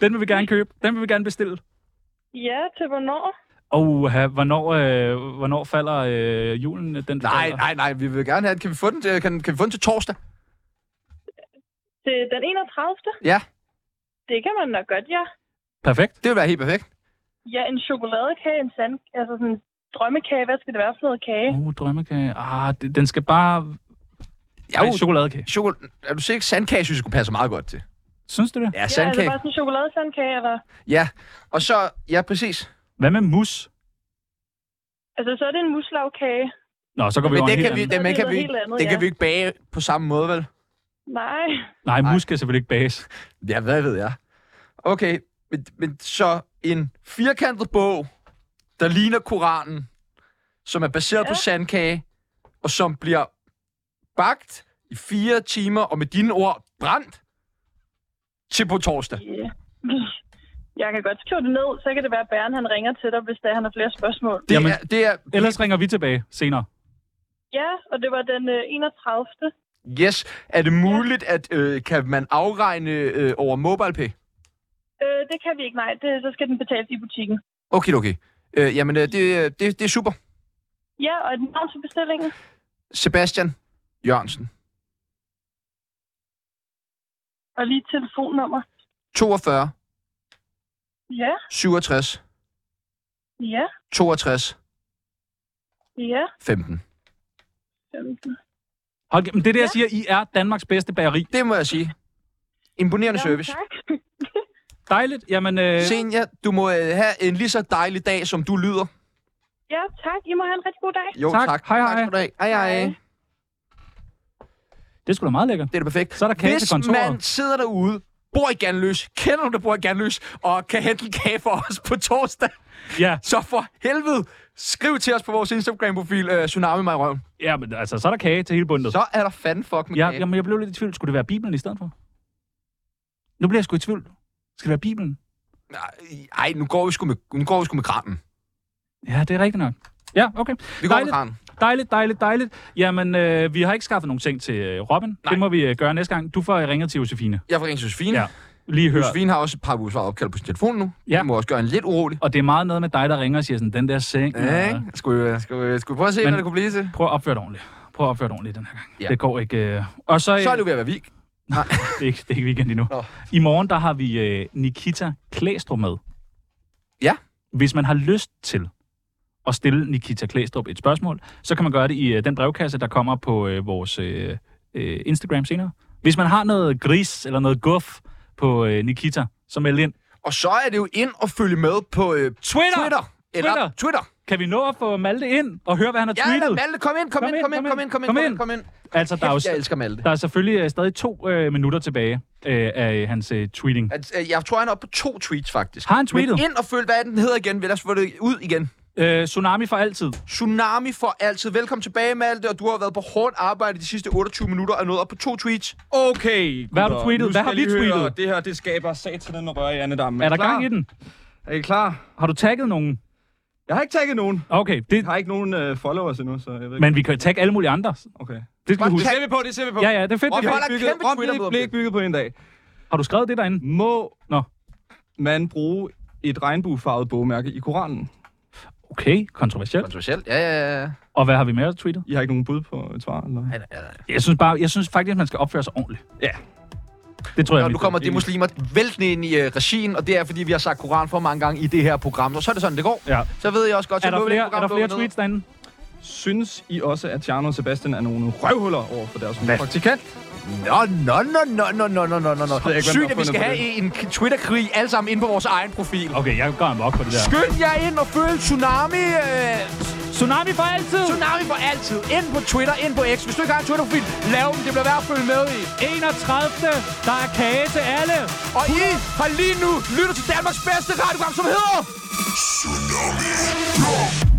Den vil vi gerne købe. Den vil vi gerne bestille. Ja, til hvornår? Og hvornår, øh, hvornår falder øh, julen? øh, Den Nej, falder? nej, nej. Vi vil gerne have den. Kan vi få den til, kan, kan vi få den til torsdag? Til den 31. Ja, Det kan man nok godt, ja. Perfekt. det vil være helt perfekt. Ja, en chokoladekage, en sand... Altså sådan en drømmekage, hvad skal det være for noget kage? Uh, drømmekage. Ah, det, den skal bare... Ja, jo, chokoladekage. Chokol- er du sikker, sandkage synes jeg kunne passe meget godt til? Synes du det? Ja, Ja, er det sandkage. bare sådan en chokoladesandkage, eller? Ja, og så... Ja, præcis. Hvad med mus? Altså, så er det en muslavkage. Nå, så går vi men over det en kan helt vi, anden- det, men Det er kan vi, noget helt andet, det kan ja. vi ikke bage på samme måde, vel? Nej. Nej, mus kan selvfølgelig ikke bages. Ja, hvad ved jeg? Okay, men, men så en firkantet bog, der ligner Koranen, som er baseret ja. på sandkage, og som bliver bagt i fire timer, og med dine ord brændt til på torsdag. Ja. Jeg kan godt skrive det ned, så kan det være, at Bæren han ringer til dig, hvis der han har flere spørgsmål. Det Jamen, er, det er... Ellers ringer vi tilbage senere. Ja, og det var den øh, 31. Yes, er det muligt, at øh, kan man afregne øh, over MobilePay? Øh, det kan vi ikke, nej. Det, så skal den betales i butikken. Okay, okay. Øh, jamen, øh, det, øh, det, det er super. Ja, og et navn til bestillingen? Sebastian Jørgensen. Og lige telefonnummer? 42, Ja, 67, ja, 62, ja. 15. Øhm, Hold, kæ- men det er det, jeg siger. I er Danmarks bedste bageri. Det må jeg sige. Imponerende Jamen, service. Tak. Dejligt. Jamen, øh, Senja, du må øh, have en lige så dejlig dag, som du lyder. Ja, tak. I må have en rigtig god dag. Jo, tak. tak. Hej, hej. Tak skal du have. Hej, hej. Det er sgu da meget lækkert. Det er da perfekt. Så er der kage til Hvis kontoret. man sidder derude, bor i Ganløs, kender du, der bor i Ganløs, og kan hente en kage for os på torsdag, ja. så for helvede, skriv til os på vores Instagram-profil, øh, Tsunami mig i røven. Ja, men altså, så er der kage til hele bundet. Så er der fanden fuck med Ja, kage. jamen, jeg blev lidt i tvivl. Skulle det være Bibelen i stedet for? Nu bliver jeg sgu i tvivl. Skal det være Bibelen? Ej, nu går vi sgu med, nu går vi sgu med kranen. Ja, det er rigtigt nok. Ja, okay. Vi går med dejligt, kranen. dejligt, dejligt, dejligt. Jamen, øh, vi har ikke skaffet nogen ting til øh, Robin. Nej. Det må vi øh, gøre næste gang. Du får øh, ringet til Josefine. Jeg får ringet til Josefine. Ja. Lige hør. Josefine har også et par uger opkald på sin telefon nu. Ja. Det må også gøre en lidt urolig. Og det er meget noget med dig, der ringer og siger sådan, den der seng. Ja, og- ikke? Skulle, skulle, skulle vi prøve at se, Men- hvad det kunne blive til? Prøv at opføre dig ordentligt. Prøv at opføre dig ordentligt den her gang. Ja. Ja. Det går ikke. Øh. Og så, øh, Så er det jo ved at være week. Nej, det er ikke, det er ikke weekend endnu. Nå. I morgen, der har vi øh, Nikita Klæstrup med. Ja. Hvis man har lyst til at stille Nikita Klæstrup et spørgsmål, så kan man gøre det i øh, den brevkasse, der kommer på øh, vores øh, øh, Instagram senere. Hvis man har noget gris eller noget guf på øh, Nikita, så meld ind. Og så er det jo ind og følge med på øh, Twitter! Twitter. Eller Twitter! Twitter. Kan vi nå at få Malte ind og høre, hvad han har Ja, tweetet? eller Malte, kom ind, kom, kom ind, kom ind, kom ind, kom ind, kom ind, kom ind. Altså, der er, jo, Kæft, jeg elsker Malte. der er selvfølgelig øh, stadig to øh, minutter tilbage øh, af hans øh, tweeting. At, øh, Jeg tror, han er oppe på to tweets, faktisk. Har han tweetet? Men ind og følg, hvad er den hedder igen. Lad os få det ud igen. Øh, tsunami for altid. Tsunami for altid. Velkommen tilbage, Malte, og du har været på hårdt arbejde de sidste 28 minutter og nået op på to tweets. Okay, Hvad har du gutter, tweetet? nu Hvad har skal I vi tweetet? Høre, det her, det skaber satan med røre i andedammen. Er der I klar? gang i den? Er I klar? Har du tagget nogen? Jeg har ikke tagget nogen. Okay, det, Jeg har ikke nogen øh, followers endnu, så jeg ved ikke. men vi kan tagge alle mulige andre. Okay. Det skal vi Det huske. ser vi på, det ser vi på. Ja, ja, det er fedt. Rom det er holder fedt. bygget, kæmpe Rom blev ikke bygget på en dag. Har du skrevet det derinde? Må Nå. man bruge et regnbuefarvet bogmærke i Koranen? Okay, kontroversielt. Kontroversielt, ja, ja, ja. Og hvad har vi mere tweetet? I har ikke nogen bud på et svar? Eller? Nej, nej, nej. Jeg synes, bare, jeg synes faktisk, man skal opføre sig ordentligt. Ja. Det tror jeg, Og vi nu skal. kommer de muslimer væltende ind i øh, regien, og det er, fordi vi har sagt Koran for mange gange i det her program. Og så er det sådan, det går. Ja. Så ved jeg også godt, så Er der lukker vi flere, programmet er der flere ned. tweets derinde? Synes I også, at Tjerno og Sebastian er nogle røvhuller over for deres praktikant? Nå, nå, nå, nå, nå, nå, nå, nå, nå, Så ved jeg nå. ikke, Sygt, hvem der har at vi skal fundet på have en k- Twitter-krig alle sammen inde på vores egen profil. Okay, jeg går amok på det der. Skynd jer ind og følg Tsunami. Øh, Tsunami for altid! tsunami for altid. Ind på Twitter, ind på X. Hvis du ikke har en Twitter-profil, lav den. Det bliver værd at følge med i. 31. Der er kage til alle! Og I har lige nu lyttet til Danmarks bedste radioprogram, som hedder... Tsunami.